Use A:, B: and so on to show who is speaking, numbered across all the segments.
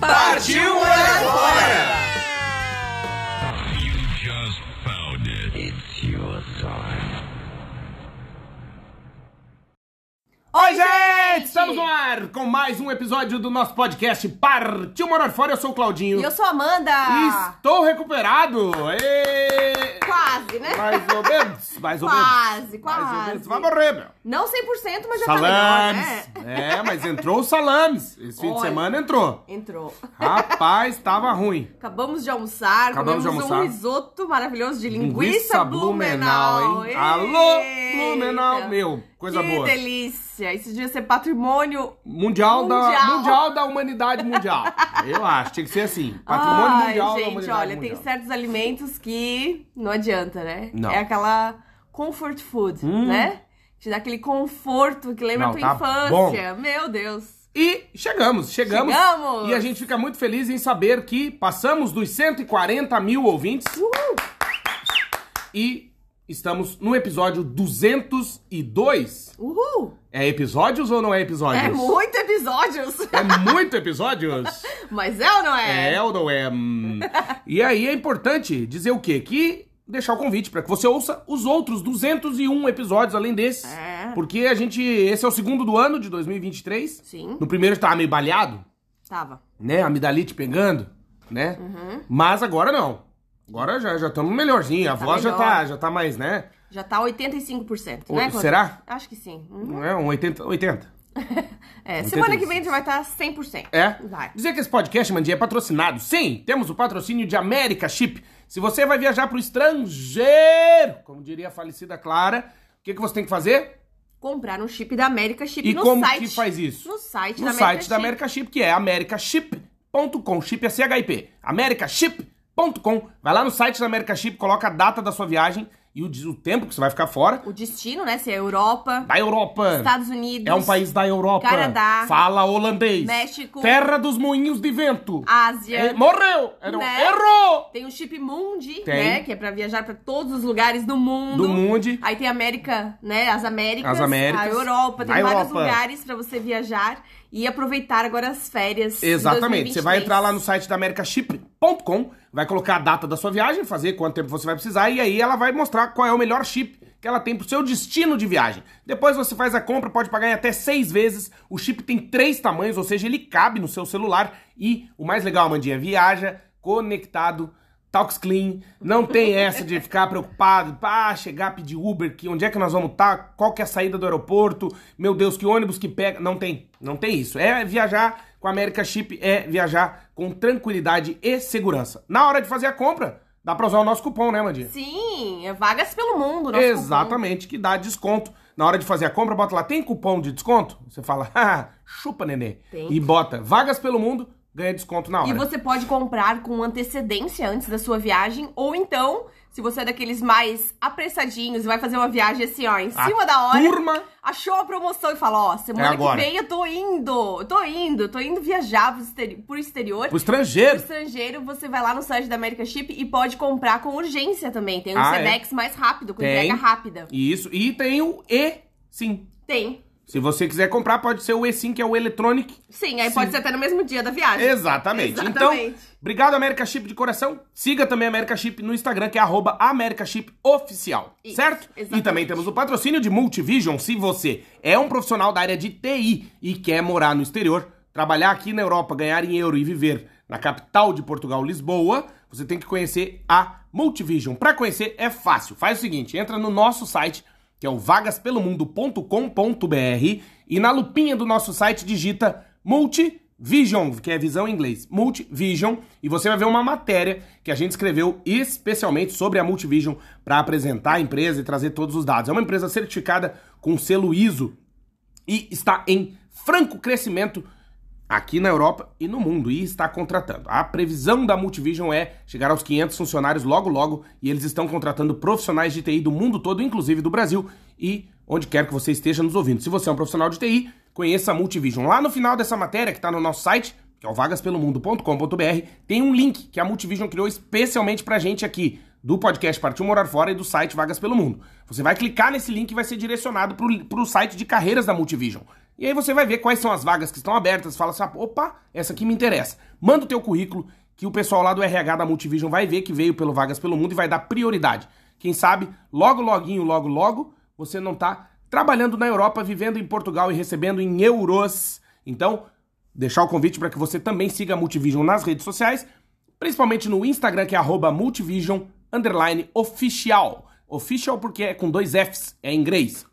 A: Partiu morar fora!
B: You just found it. It's your time.
A: Oi, gente! Estamos no ar com mais um episódio do nosso podcast Partiu Morar Fora. Eu sou o Claudinho.
C: E eu sou a Amanda.
A: Estou recuperado! Ê!
C: Quase, né?
A: Mais ou menos, mais ou menos.
C: Quase,
A: Mais ou menos.
C: quase.
A: Vai morrer, meu.
C: Não 100%, mas já tá
A: Salames!
C: melhor, né?
A: É, mas entrou o salames. Esse fim de
C: Olha.
A: semana entrou.
C: É. Entrou.
A: Rapaz, tava ruim.
C: Acabamos de almoçar,
A: Acabamos de
C: comemos um
A: almoçar.
C: risoto maravilhoso de linguiça, Blumenau.
A: hein?
C: Eita.
A: Alô, Blumenau, meu. Coisa
C: que
A: boa.
C: delícia. Isso devia ser patrimônio
A: Mundial, Da,
C: Mundial.
A: mundial da humanidade mundial. Eu acho, tinha que ser assim. Patrimônio
C: Ai,
A: mundial da
C: gente,
A: humanidade
C: olha,
A: mundial.
C: tem certos alimentos que não adianta, né?
A: Não.
C: É aquela comfort food,
A: Hum.
C: né? Te dá aquele conforto que lembra
A: Não,
C: a
A: tá
C: tua infância. Meu Deus.
A: E chegamos, chegamos.
C: Chegamos!
A: E a gente fica muito feliz em saber que passamos dos 140 mil ouvintes. E estamos no episódio 202.
C: Uhul!
A: É episódios ou não é episódios?
C: É muito episódios!
A: É muito episódios?
C: Mas é ou não é?
A: É ou não é? Hum. E aí é importante dizer o quê? Que deixar o convite para que você ouça os outros 201 episódios além desses.
C: É.
A: Porque a gente. Esse é o segundo do ano de 2023.
C: Sim,
A: No primeiro estava meio baleado,
C: tava.
A: né? Amidalite pegando, né? Mas agora não. Agora já já estamos melhorzinho. A
C: Tá
A: voz já
C: melhor.
A: tá, já tá mais, né?
C: Já tá 85%,
A: O-
C: né? Cláudia?
A: será?
C: Acho que sim. Hum.
A: Não é? Um 80. 80.
C: É,
A: Não
C: semana
A: tem
C: que vem já vai estar 100%.
A: É?
C: Vai.
A: Dizer que esse podcast, Mandinha, é patrocinado. Sim, temos o patrocínio de América Chip. Se você vai viajar pro estrangeiro, como diria a falecida Clara, o que, que você tem que fazer?
C: Comprar um chip da América Chip
A: e
C: no
A: como
C: site.
A: que faz isso?
C: No site
A: No
C: da América
A: site da
C: Chip.
A: América Chip, que é americaship.com. Chip é CHIP. americaship.com. Vai lá no site da América Chip, coloca a data da sua viagem e o, di- o tempo que você vai ficar fora.
C: O destino, né? Se é Europa,
A: Da Europa.
C: Estados Unidos.
A: É um país da Europa.
C: Canadá.
A: Fala holandês.
C: México.
A: Terra dos moinhos de vento.
C: Ásia.
A: É, morreu! Era um
C: Né?
A: erro!
C: Tem o chip Mundi,
A: Tem.
C: né? Que é pra viajar pra todos os lugares do mundo.
A: Do mundo.
C: Aí tem a América, né? As Américas.
A: As Américas.
C: A Europa. Tem
A: A
C: vários
A: Europa.
C: lugares pra você viajar e aproveitar agora as férias. de
A: Exatamente. Você vai
C: 2023.
A: entrar lá no site da americaship.com, vai colocar a data da sua viagem, fazer quanto tempo você vai precisar e aí ela vai mostrar qual é o melhor chip que ela tem pro seu destino de viagem. Depois você faz a compra, pode pagar em até seis vezes. O chip tem três tamanhos, ou seja, ele cabe no seu celular e o mais legal, Mandinha, viaja conectado Talks Clean, não tem essa de ficar preocupado, pá, chegar, pedir Uber, que onde é que nós vamos estar, qual que é a saída do aeroporto, meu Deus, que ônibus que pega, não tem, não tem isso. É viajar com a América Chip, é viajar com tranquilidade e segurança. Na hora de fazer a compra, dá pra usar o nosso cupom, né, Mandinha?
C: Sim, é vagas pelo mundo. nosso cupom.
A: Exatamente, que dá desconto. Na hora de fazer a compra, bota lá, tem cupom de desconto? Você fala, "Ah, chupa, nenê.
C: Tem.
A: E bota, vagas pelo mundo, ganha desconto na hora.
C: E você pode comprar com antecedência antes da sua viagem, ou então, se você é daqueles mais apressadinhos e vai fazer uma viagem assim, ó, em
A: A
C: cima da hora,
A: turma-
C: achou a promoção e fala, ó,
A: É
C: semana que
A: agora.
C: vem eu tô indo, eu tô indo, tô indo viajar pro exterior, pro exterior.
A: Pro estrangeiro.
C: Pro estrangeiro, você vai lá no site da America Chip e pode comprar com urgência também. Tem um
A: Ah, é?
C: Sedex mais rápido, com
A: Tem.
C: entrega rápida.
A: Isso, e tem o E, sim.
C: Tem.
A: Se você quiser comprar, pode ser o E5, que é o Electronic.
C: Sim, aí
A: Sim.
C: pode ser até no mesmo dia da viagem.
A: Exatamente. Então,
C: Exatamente.
A: obrigado, América Chip de coração. Siga também a América Chip no Instagram, que é arroba América Chip Oficial.
C: Isso,
A: certo? E
C: exatamente.
A: também temos o patrocínio de Multivision. Se você é um profissional da área de TI e quer morar no exterior, trabalhar aqui na Europa, ganhar em euro e viver na capital de Portugal, Lisboa, você tem que conhecer a Multivision. Para conhecer é fácil. Faz o seguinte, entra no nosso site que é o vagaspelomundo.com.br e na lupinha do nosso site digita Multivision, que é visão em inglês, Multivision, e você vai ver uma matéria que a gente escreveu especialmente sobre a Multivision para apresentar a empresa e trazer todos os dados. É uma empresa certificada com selo ISO e está em franco crescimento aqui na Europa e no mundo e está contratando. A previsão da Multivision é chegar aos 500 funcionários logo logo e eles estão contratando profissionais de TI do mundo todo, inclusive do Brasil e onde quer que você esteja nos ouvindo. Se você é um profissional de TI, conheça a Multivision. Lá no final dessa matéria que está no nosso site, que é o vagaspelomundo.com.br, tem um link que a Multivision criou especialmente pra gente aqui do podcast Partiu Morar Fora e do site Vagas Pelo Mundo. Você vai clicar nesse link e vai ser direcionado para o site de carreiras da Multivision. E aí você vai ver quais são as vagas que estão abertas, fala assim, "Ah, opa, essa aqui me interessa. Manda o teu currículo que o pessoal lá do RH da Multivision vai ver que veio pelo Vagas Pelo Mundo e vai dar prioridade. Quem sabe, logo loguinho, logo logo, você não tá trabalhando na Europa, vivendo em Portugal e recebendo em euros. Então, deixar o convite para que você também siga a Multivision nas redes sociais, principalmente no Instagram, que é arroba multivision, underline, official. Official porque é com dois Fs, é em inglês.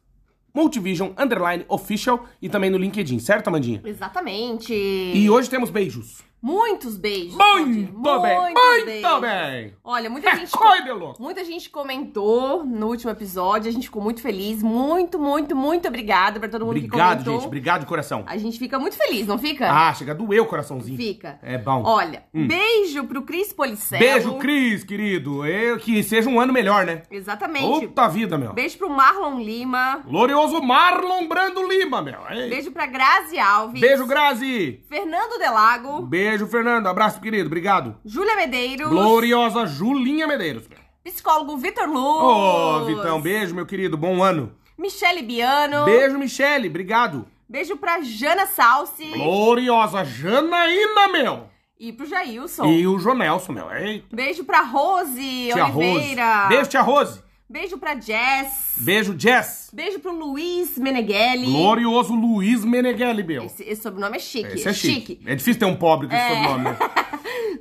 A: Multivision, underline, official e também no LinkedIn, certo, Amandinha?
C: Exatamente.
A: E hoje temos beijos.
C: Muitos beijos. Valdir.
A: Muito bem, muito
C: beijos.
A: bem.
C: Olha, muita
A: É
C: gente.
A: coisa louca.
C: Muita gente comentou no último episódio, a gente ficou muito feliz. Muito, muito, muito obrigada pra todo mundo
A: Obrigado,
C: que comentou.
A: gente. Obrigado de coração.
C: A gente fica muito feliz, não fica?
A: Ah, chega, doeu o coraçãozinho.
C: Fica.
A: É bom.
C: Olha, beijo pro Cris Policelo.
A: Beijo, Cris, querido. Eu, que seja um ano melhor, né?
C: Exatamente.
A: Puta vida, meu.
C: Beijo pro Marlon Lima.
A: Glorioso Marlon Brando Lima, meu. Ei.
C: Beijo pra Grazi Alves.
A: Beijo, Grazi.
C: Fernando Delago.
A: Beijo, Fernando. Abraço, querido. Obrigado.
C: Júlia Medeiros.
A: Gloriosa Julinha Medeiros. meu.
C: Psicólogo Vitor Luz.
A: Ô, Vitão, beijo, meu querido. Bom ano.
C: Michele Biano.
A: Beijo, Michele. Obrigado.
C: Beijo pra Jana Salsi.
A: Gloriosa Janaína, meu.
C: E pro Jailson.
A: E o Jonelson, meu. Ei,
C: Beijo pra Rose
A: tia Rose.
C: Oliveira.
A: Beijo, tia Rose.
C: Beijo pra Jess.
A: Beijo, Jess.
C: Beijo pro Luiz Meneghelli.
A: Glorioso Luiz Meneghelli, meu.
C: Esse, esse sobrenome é chique.
A: Esse é chique. É difícil ter um pobre com esse sobrenome. né?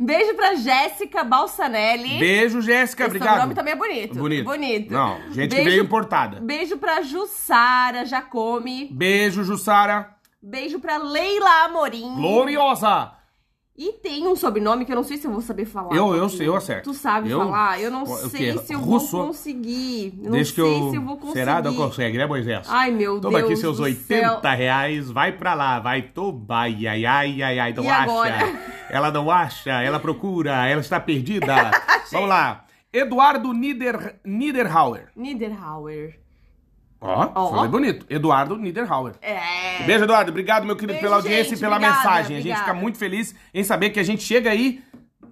C: Beijo pra Jéssica Balsanelli.
A: Beijo, Jéssica.
C: Esse
A: Obrigado.
C: sobrenome também é bonito.
A: Bonito.
C: Bonito.
A: Não, gente que
C: Beijo-
A: veio importada.
C: Beijo pra Jussara Jacome.
A: Beijo, Jussara.
C: Beijo pra Leila Amorim.
A: Gloriosa.
C: E tem um sobrenome que eu não sei se eu vou saber falar.
A: Eu- eu
C: Rodrigo.
A: sei, eu acerto.
C: Tu sabe
A: Eu-
C: falar? Eu não
A: o
C: sei
A: quê?
C: se eu
A: Russo?
C: vou conseguir. Eu
A: Deixa que
C: não sei
A: eu.
C: se eu vou conseguir.
A: Será? Não consegue, né, Moisés?
C: Ai, meu
A: Toma
C: Deus
A: aqui seus
C: do
A: 80
C: céu.
A: reais, vai pra lá, vai tomar, ai, ai, ai, ai, ai, não
C: E
A: acha.
C: agora?
A: Ela não acha, ela procura, ela está perdida. Vamos lá. Eduardo Nieder, Niederhauer.
C: Niederhauer.
A: Ó,
C: Ó.
A: falei bonito. Eduardo Niederhauer.
C: É.
A: Beijo, Eduardo. Obrigado, meu querido,
C: Beijo,
A: pela audiência
C: gente.
A: e pela
C: Obrigada,
A: mensagem. A gente
C: obrigada.
A: fica muito feliz em saber que a gente chega aí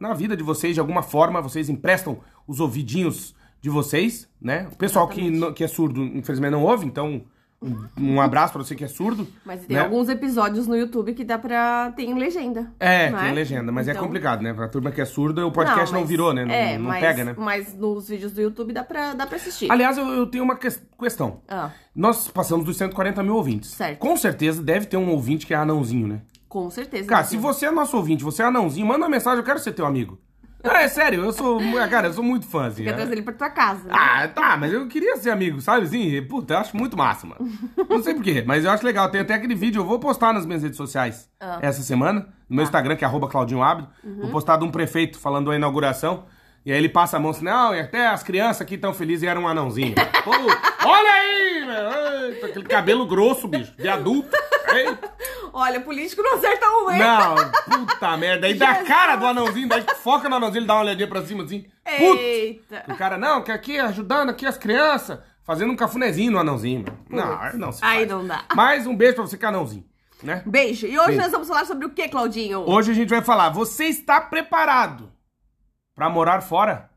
A: na vida de vocês, de alguma forma, vocês emprestam os ouvidinhos de vocês, né? O pessoal que, não- que é surdo, infelizmente, não ouve, então um, um abraço pra você que é surdo.
C: Mas tem
A: né?
C: alguns episódios no YouTube que dá pra. Tem legenda.
A: É,
C: não
A: tem legenda, mas é
C: Então-
A: complicado, né? Pra turma que é surda, o podcast não,
C: mas-
A: virou, né? Não,
C: é,
A: não
C: mas,
A: pega, né?
C: Mas nos vídeos do YouTube dá pra, dá pra assistir.
A: Aliás, eu, eu tenho uma ques- questão.
C: Ah,
A: Nós passamos dos 140 mil ouvintes.
C: Certo.
A: Com certeza deve ter um ouvinte que é anãozinho, né?
C: com certeza.
A: Cara,
C: né,
A: se
C: Deus?
A: você é nosso ouvinte, você é anãozinho, manda uma mensagem, eu quero ser teu amigo. Ah, é sério, eu sou. Cara, eu sou muito fã, assim.
C: Fica
A: né?
C: trazendo ele pra tua casa. né?
A: Ah, tá, mas eu queria ser amigo, sabe assim? Puta, eu acho muito massa, mano. Não sei porquê, mas eu acho legal. Tem até aquele vídeo, eu vou postar nas minhas redes sociais
C: Ah. Tá. Uhum.
A: essa semana, no meu Instagram, que é arroba Claudinho Abdo. Vou postar de um prefeito falando a inauguração. E aí ele passa a mão assim, não, e até as crianças aqui tão felizes e eram um anãozinho. Pô, olha aí, meu! Eita, aquele cabelo grosso, bicho, de adulto. Eita.
C: Olha, político não acerta um, hein?
A: Não, puta merda. Aí dá a
C: Jesus.
A: cara do anãozinho, daí foca no anãozinho, ele dá uma olhadinha pra cima assim. Putz!
C: Eita.
A: O cara, não, que aqui ajudando aqui as crianças, fazendo um cafunézinho no anãozinho. meu. Não, aí não se faz.
C: Aí não dá.
A: Mais um beijo pra você, que é anãozinho, né?
C: Beijo. E hoje
A: Beijo.
C: nós vamos falar sobre o que, Claudinho?
A: Hoje a gente vai falar, você está preparado pra morar fora?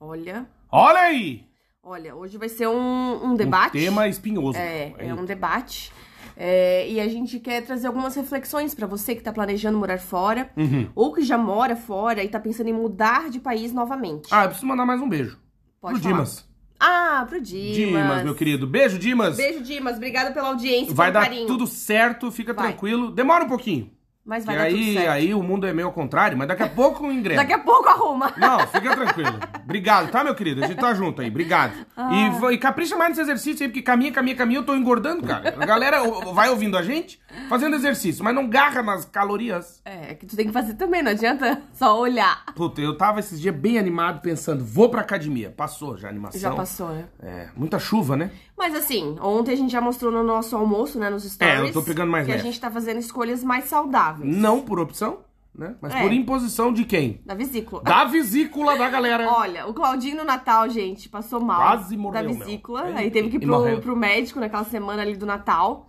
C: Olha,
A: Olha aí!
C: olha, hoje vai ser um, um
A: Um
C: debate.
A: tema né? espinhoso.
C: É, é um debate. É, e a gente quer trazer algumas reflexões pra você que tá planejando morar fora
A: Uhum.
C: ou que já mora fora e tá pensando em mudar de país novamente.
A: Ah, eu preciso mandar mais um beijo.
C: Pode
A: pro
C: falar.
A: Dimas.
C: Ah, pro Dimas.
A: Dimas, meu querido. Beijo, Dimas.
C: Beijo, Dimas. Obrigada pela audiência,
A: Vai
C: pelo
A: dar
C: carinho.
A: tudo certo, fica
C: Vai.
A: tranquilo. Demora um pouquinho.
C: Mas vai
A: Que
C: dar tudo
A: aí,
C: certo.
A: aí o mundo é meio ao contrário, mas daqui a pouco engrena.
C: Daqui a pouco arruma.
A: Não, fica tranquilo. Obrigado, tá, meu querido? A gente tá junto aí. Obrigado.
C: Ah.
A: E, va- e capricha mais nesse exercício aí, porque caminha, caminha, caminha, eu tô engordando, cara. A galera o- vai ouvindo a gente fazendo exercício, mas não garra nas calorias.
C: É, que tu tem que fazer também, não adianta só olhar.
A: Puta, eu tava esses dias bem animado pensando, vou pra academia. Passou já a animação.
C: Já passou, né?
A: É, muita chuva, né?
C: Mas assim, ontem a gente já mostrou no nosso almoço, né, nos stories.
A: É, eu tô pegando mais
C: Que
A: leve.
C: a gente tá fazendo escolhas mais saudáveis.
A: Não por opção, né? Mas
C: É.
A: por imposição de quem?
C: Da vesícula.
A: Da vesícula da galera.
C: Olha, o Claudinho no Natal, gente, passou mal.
A: Quase morreu,
C: Da
A: meu.
C: vesícula.
A: Aí-
C: Aí teve que ir
A: e morreu.
C: pro, pro médico naquela semana ali do Natal.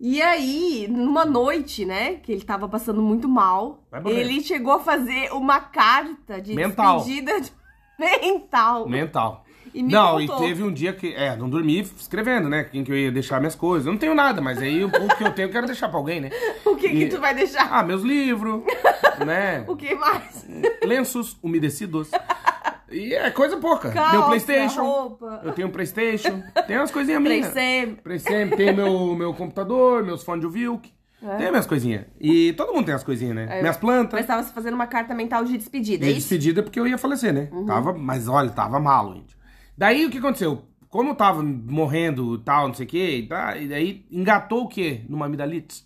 C: E aí, numa noite, né, que ele tava passando muito mal,
A: Vai morrer.
C: ele chegou a fazer uma carta de
A: Mental.
C: despedida de- mental.
A: Mental.
C: E me
A: não,
C: contou.
A: e teve um dia que. É, não dormi escrevendo, né? Quem que eu ia deixar minhas coisas. Eu não tenho nada, mas aí o, o que eu tenho eu quero deixar pra alguém, né?
C: O que
A: E-
C: que tu vai deixar?
A: Ah, meus livros, né?
C: O que mais?
A: Lenços umedecidos. E é coisa pouca.
C: Calça,
A: meu Playstation.
C: roupa.
A: Eu tenho um Playstation. Tem umas coisinhas minhas.
C: 3C.
A: Playstation. Tem meu, meu computador, meus fones de Vilk. Tem minhas coisinhas. E todo mundo tem as coisinhas, né?
C: É.
A: Minhas plantas.
C: Mas tava se fazendo uma carta mental de despedida, é
A: Minha
C: isso? Uhum.
A: despedida porque eu ia falecer, né? Tava, mas olha, tava malo, gente. Daí o que aconteceu? Como eu tava morrendo e tal, não sei o quê, e tá, e daí engatou o quê? Numa amidalite.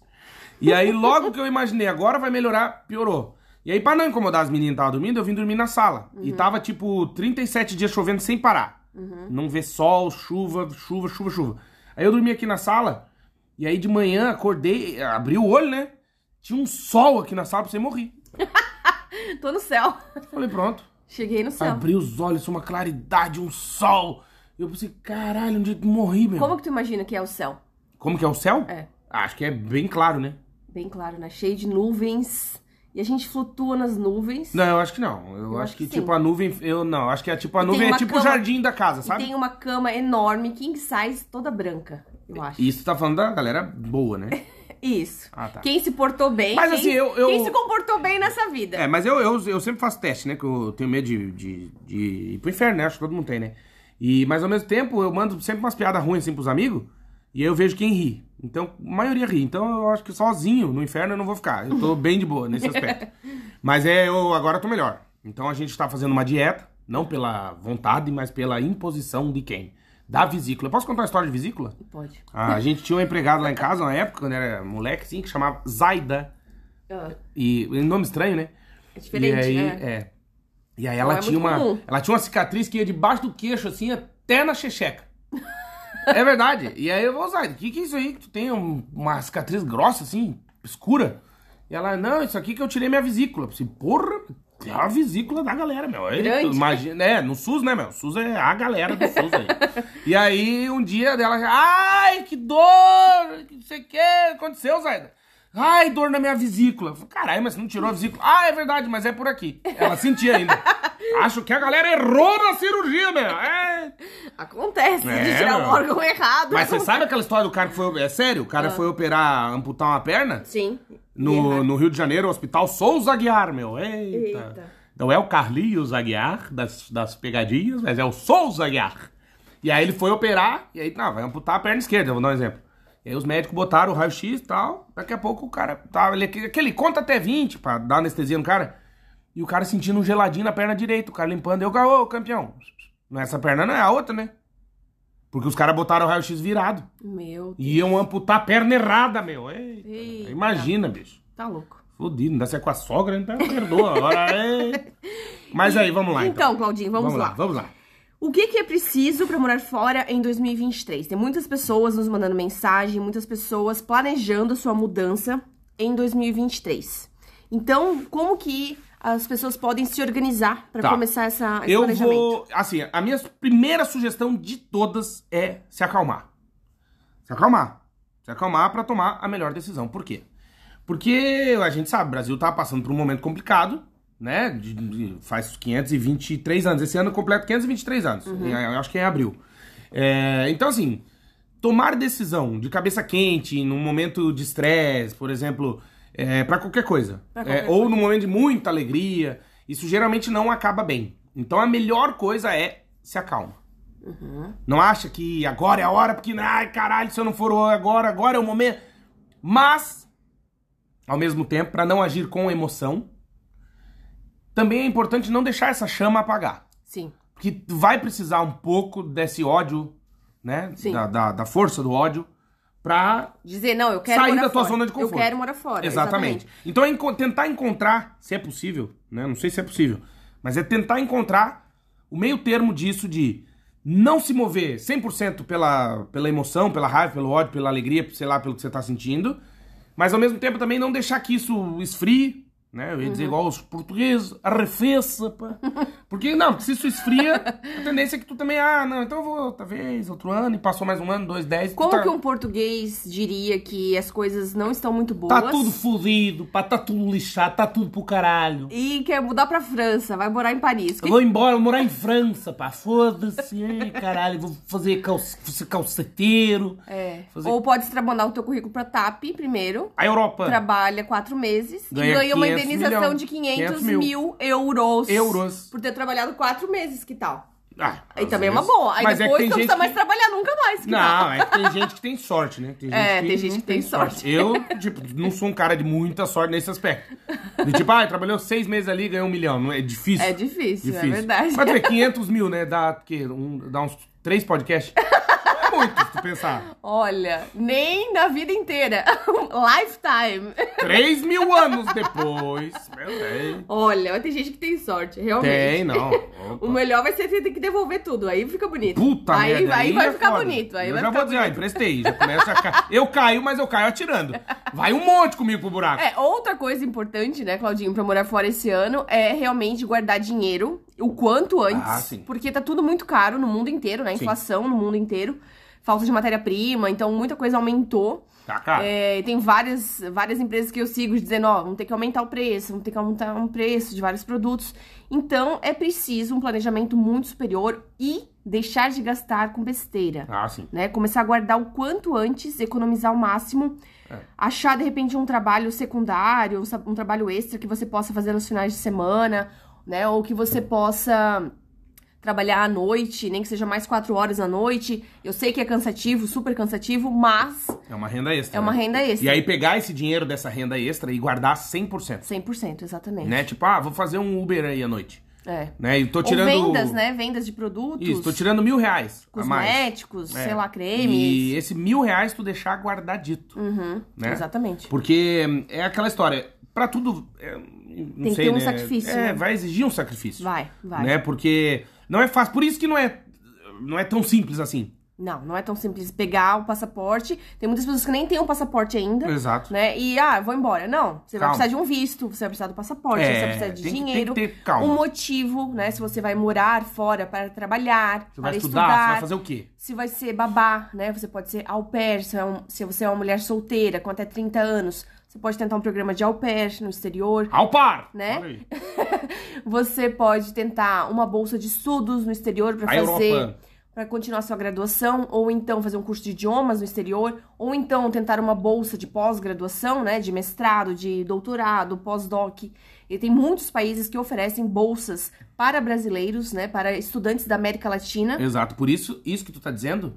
A: E aí logo que eu imaginei, agora vai melhorar, piorou. E aí pra não incomodar as meninas que tava dormindo, eu vim dormir na sala.
C: Uhum.
A: E tava tipo 37 dias chovendo sem parar. Não vê sol, chuva, chuva, chuva, chuva. Aí eu dormi aqui na sala, e aí de manhã acordei, abri o olho, né? Tinha um sol aqui na sala pra você morrer.
C: Tô no céu.
A: Falei, pronto.
C: Cheguei no céu.
A: Abri os olhos, uma claridade, um sol. Eu pensei, caralho, onde é que eu morri, meu?
C: Como
A: Como...
C: que tu imagina que é o céu?
A: que é o céu?
C: É.
A: Acho que é bem claro, né?
C: Bem claro, né? Cheio de nuvens. E a gente flutua nas nuvens.
A: Não, eu acho que não. Eu, acho
C: acho
A: que,
C: que
A: tipo,
C: sim.
A: a nuvem. Eu não, acho que é tipo a
C: E tem
A: nuvem é
C: uma
A: tipo o
C: cama-
A: jardim da casa,
C: E
A: sabe?
C: tem uma cama enorme, king size, toda branca, eu acho.
A: Isso tá falando da galera boa, né?
C: Isso.
A: Ah, tá.
C: Quem se portou bem.
A: Mas,
C: quem,
A: assim, eu- eu-
C: quem se comportou bem nessa vida.
A: É, mas eu, eu, eu sempre faço teste, né? Que eu tenho medo de, de, de ir pro inferno, né? Acho que todo mundo tem, né? E, mas ao mesmo tempo, eu mando sempre umas piadas ruins assim pros amigos, e aí eu vejo quem ri. Então, a maioria ri. Então eu acho que sozinho no inferno eu não vou ficar. Eu tô bem de boa nesse aspecto. mas é, eu agora tô melhor. Então a gente tá fazendo uma dieta, não pela vontade, mas pela imposição de quem? Da vesícula. Posso contar uma história de vesícula?
C: Pode.
A: Ah, a gente tinha um empregado lá em casa, na época, quando era moleque, assim, que chamava Zaida.
C: Ah,
A: E nome estranho, né?
C: É diferente,
A: e aí,
C: né?
A: É. E aí ela
C: é
A: tinha
C: muito
A: uma.
C: comum.
A: Ela tinha uma cicatriz que ia debaixo do queixo, assim, até na checheca. é verdade. E aí eu vou usar. O que, que é isso aí? Que tu tem um- uma cicatriz grossa, assim, escura? E ela, não, isso aqui que eu tirei minha vesícula. Eu pensei, porra, é a vesícula da galera, meu. Aí,
C: Grande.
A: tu Imagina, é, no SUS, né, meu? O SUS é a galera do SUS aí. e aí, um dia dela, ai, que dor, que não sei o que, aconteceu, Zaida. Ai, dor na minha vesícula. Eu falei, Caralho, mas você não tirou a vesícula. Ah, é verdade, mas é por aqui. Ela sentia ainda. Acho que a galera errou na cirurgia, meu. É.
C: Acontece
A: É,
C: de tirar
A: meu.
C: o órgão errado.
A: Mas você sabe aquela história do cara que foi. É sério? O cara foi operar, amputar uma perna?
C: Sim.
A: No,
C: Errado.
A: no Rio de Janeiro, o Hospital Souza Aguiar, meu. Eita.
C: Eita.
A: Não é o Carlinhos Aguiar das, das pegadinhas, mas é o Souza Aguiar. E aí ele foi operar, e aí, não, vai amputar a perna esquerda, eu vou dar um exemplo. E aí os médicos botaram o raio-x e tal, daqui a pouco o cara tava, ele, é aquele conta até 20 pra dar anestesia no cara, e o cara sentindo um geladinho na perna direita, o cara limpando, eu, ô, campeão, não é essa perna não, é a outra, né? Porque os caras botaram o raio-x virado,
C: Meu,
A: e iam amputar a perna errada, meu. Eita,
C: Eita.
A: imagina, bicho.
C: tá louco.
A: Fodido, ainda se é com a sogra, então perdoa. Agora é. Mas aí, vamos lá. Então,
C: Então, Claudinho, vamos, lá.
A: Vamos lá.
C: O que, que é preciso pra morar fora em 2023? Tem muitas pessoas nos mandando mensagem, muitas pessoas planejando a sua mudança em 2023. Então, como que as pessoas podem se organizar pra
A: Tá.
C: começar essa, esse
A: Eu
C: planejamento?
A: vou. Assim, a minha primeira sugestão de todas é se acalmar. Se acalmar. Se acalmar pra tomar a melhor decisão. Por quê? Porque a gente sabe, o Brasil tá passando por um momento complicado, né? De- de- faz 523 anos. Esse ano eu completo 523 anos.
C: Uhum.
A: Eu- Eu acho que é em abril. É, então, assim, tomar decisão de cabeça quente, num momento de estresse, por exemplo, é, para qualquer coisa.
C: Pra qualquer
A: É, ou num momento de muita alegria, isso geralmente não acaba bem. Então a melhor coisa é se acalma.
C: Uhum.
A: Não acha que agora é a hora, porque, ai, caralho, se eu não for agora, agora é o momento. Mas ao mesmo tempo para não agir com emoção. Também é importante não deixar essa chama apagar.
C: Sim.
A: Porque vai precisar um pouco desse ódio, né?
C: Sim.
A: Da, da, da força do ódio pra
C: Dizer, não, eu quero
A: Sair
C: morar
A: da tua
C: fora.
A: zona de conforto.
C: Eu quero morar fora.
A: Exatamente. Então é enco- tentar encontrar, se é possível, né? Não sei se é possível, mas é tentar encontrar o meio termo disso de não se mover 100% pela, pela emoção, pela raiva, pelo ódio, pela alegria, sei lá, pelo que você tá sentindo, mas ao mesmo tempo também não deixar que isso esfrie, né? Eu ia
C: Uhum.
A: dizer igual os portugueses, arrefeça, pá. Porque, não, se isso esfria, a tendência é que tu também, ah, não, então eu vou outra vez, outro ano, e passou mais um ano, dois, dez... tu
C: Como
A: tá-
C: que um português diria que as coisas não estão muito boas?
A: Tá tudo fudido, pá, tá tudo lixado, tá tudo pro caralho.
C: E quer mudar pra França, vai morar em Paris.
A: Eu vou embora, vou morar em França, pá, foda-se, ai, caralho, vou fazer calce, ser calceteiro.
C: É.
A: Fazer-
C: Ou pode extrabonar o teu currículo pra TAP primeiro.
A: A Europa.
C: Trabalha quatro meses
A: Ganha
C: e ganha uma
A: 500
C: indenização
A: milhão.
C: de 500
A: mil.
C: mil. euros.
A: Euros.
C: Por ter trabalhado quatro meses, que tal?
A: Ah,
C: Aí
A: às
C: também é uma
A: vezes.
C: boa. Aí
A: Mas é que
C: depois
A: tem
C: não
A: gente
C: precisa mais
A: que-
C: trabalhar nunca mais. que tal?
A: Não, é que tem gente que tem sorte, né? Tem gente
C: É, tem gente
A: não
C: que tem sorte.
A: Eu, tipo, não sou um cara de muita sorte nesse aspecto. De tipo, ah, trabalhou seis meses ali e ganhou um milhão. Não, É difícil.
C: É difícil, é verdade.
A: Mas tu vê, 500 mil, né? Dá, porque, um, dá uns três podcasts. Não é muito, se tu pensar.
C: Olha, nem na vida inteira. Lifetime.
A: 3 mil anos depois. Meu Deus.
C: Olha, mas tem gente que tem sorte, realmente.
A: Tem, não.
C: O melhor vai ser você ter que devolver tudo, aí fica bonito.
A: Puta
C: aí,
A: merda.
C: Aí vai
A: é
C: ficar
A: foda.
C: bonito, aí
A: eu
C: vai
A: já
C: ficar
A: vou dizer, ah, emprestei. Já começa a ca... Eu caio, mas eu caio atirando. Vai um monte comigo pro buraco.
C: É, outra coisa importante, né, Claudinho, pra morar fora esse ano é realmente guardar dinheiro o quanto antes.
A: Ah, sim.
C: Porque tá tudo muito caro no mundo inteiro, né? Inflação no mundo inteiro, falta de matéria-prima, então muita coisa aumentou.
A: Tá, cara.
C: É, e tem várias, várias empresas que eu sigo dizendo, ó, vamos ter que aumentar o preço, vamos ter que aumentar um preço de vários produtos. Então, é preciso um planejamento muito superior e deixar de gastar com besteira
A: Ah, sim.
C: né? Começar a guardar o quanto antes, economizar o máximo,
A: É.
C: achar de repente um trabalho secundário, um sa- um trabalho extra que você possa fazer nos finais de semana, né? Ou que você possa trabalhar à noite, nem que seja mais quatro horas à noite. Eu sei que é cansativo, super cansativo, mas
A: É uma renda extra.
C: é uma
A: né?
C: renda
A: E
C: extra.
A: aí pegar esse dinheiro dessa renda extra e guardar 100%.
C: 100%, exatamente.
A: Né? Tipo, ah, vou fazer um Uber aí à noite.
C: É.
A: Né? E tô
C: Ou
A: tirando...
C: vendas, né? Vendas de produtos,
A: Isso, tô tirando mil reais a mais.
C: cosméticos,
A: É.
C: sei lá,
A: E
C: cremes.
A: esse mil reais tu deixar guardadito.
C: Uhum,
A: Né?
C: Exatamente.
A: Porque hum, é aquela história, pra tudo, é, não
C: Tem que
A: sei,
C: ter um
A: né?
C: sacrifício,
A: É,
C: né?
A: vai exigir um sacrifício.
C: Vai, vai.
A: Né? Porque não é fácil, por isso que não é, não é tão simples assim.
C: Não, não é tão simples pegar o passaporte. Tem muitas pessoas que nem têm o passaporte ainda,
A: Exato.
C: né? E, ah, vou embora. Não, você
A: Calma.
C: vai precisar de um visto, você vai precisar do passaporte,
A: É,
C: você vai precisar de
A: tem que-
C: dinheiro.
A: tem que ter calma.
C: Um motivo, né? Se você vai morar fora para trabalhar,
A: Você
C: para
A: vai estudar,
C: estudar.
A: você vai fazer o quê?
C: Se vai ser babá, né? Você pode ser au pair, se, é um- se você é uma mulher solteira com até 30 anos. Você pode tentar um programa de au pair no exterior.
A: Ao par!
C: Né?
A: Olha aí.
C: Você pode tentar uma bolsa de estudos no exterior para
A: A
C: fazer
A: Europa.
C: para continuar sua graduação, ou então fazer um curso de idiomas no exterior, ou então tentar uma bolsa de pós-graduação, né, de mestrado, de doutorado, pós-doc. E tem muitos países que oferecem bolsas para brasileiros, né, para estudantes da América Latina,
A: Exato, por isso, isso que tu tá dizendo,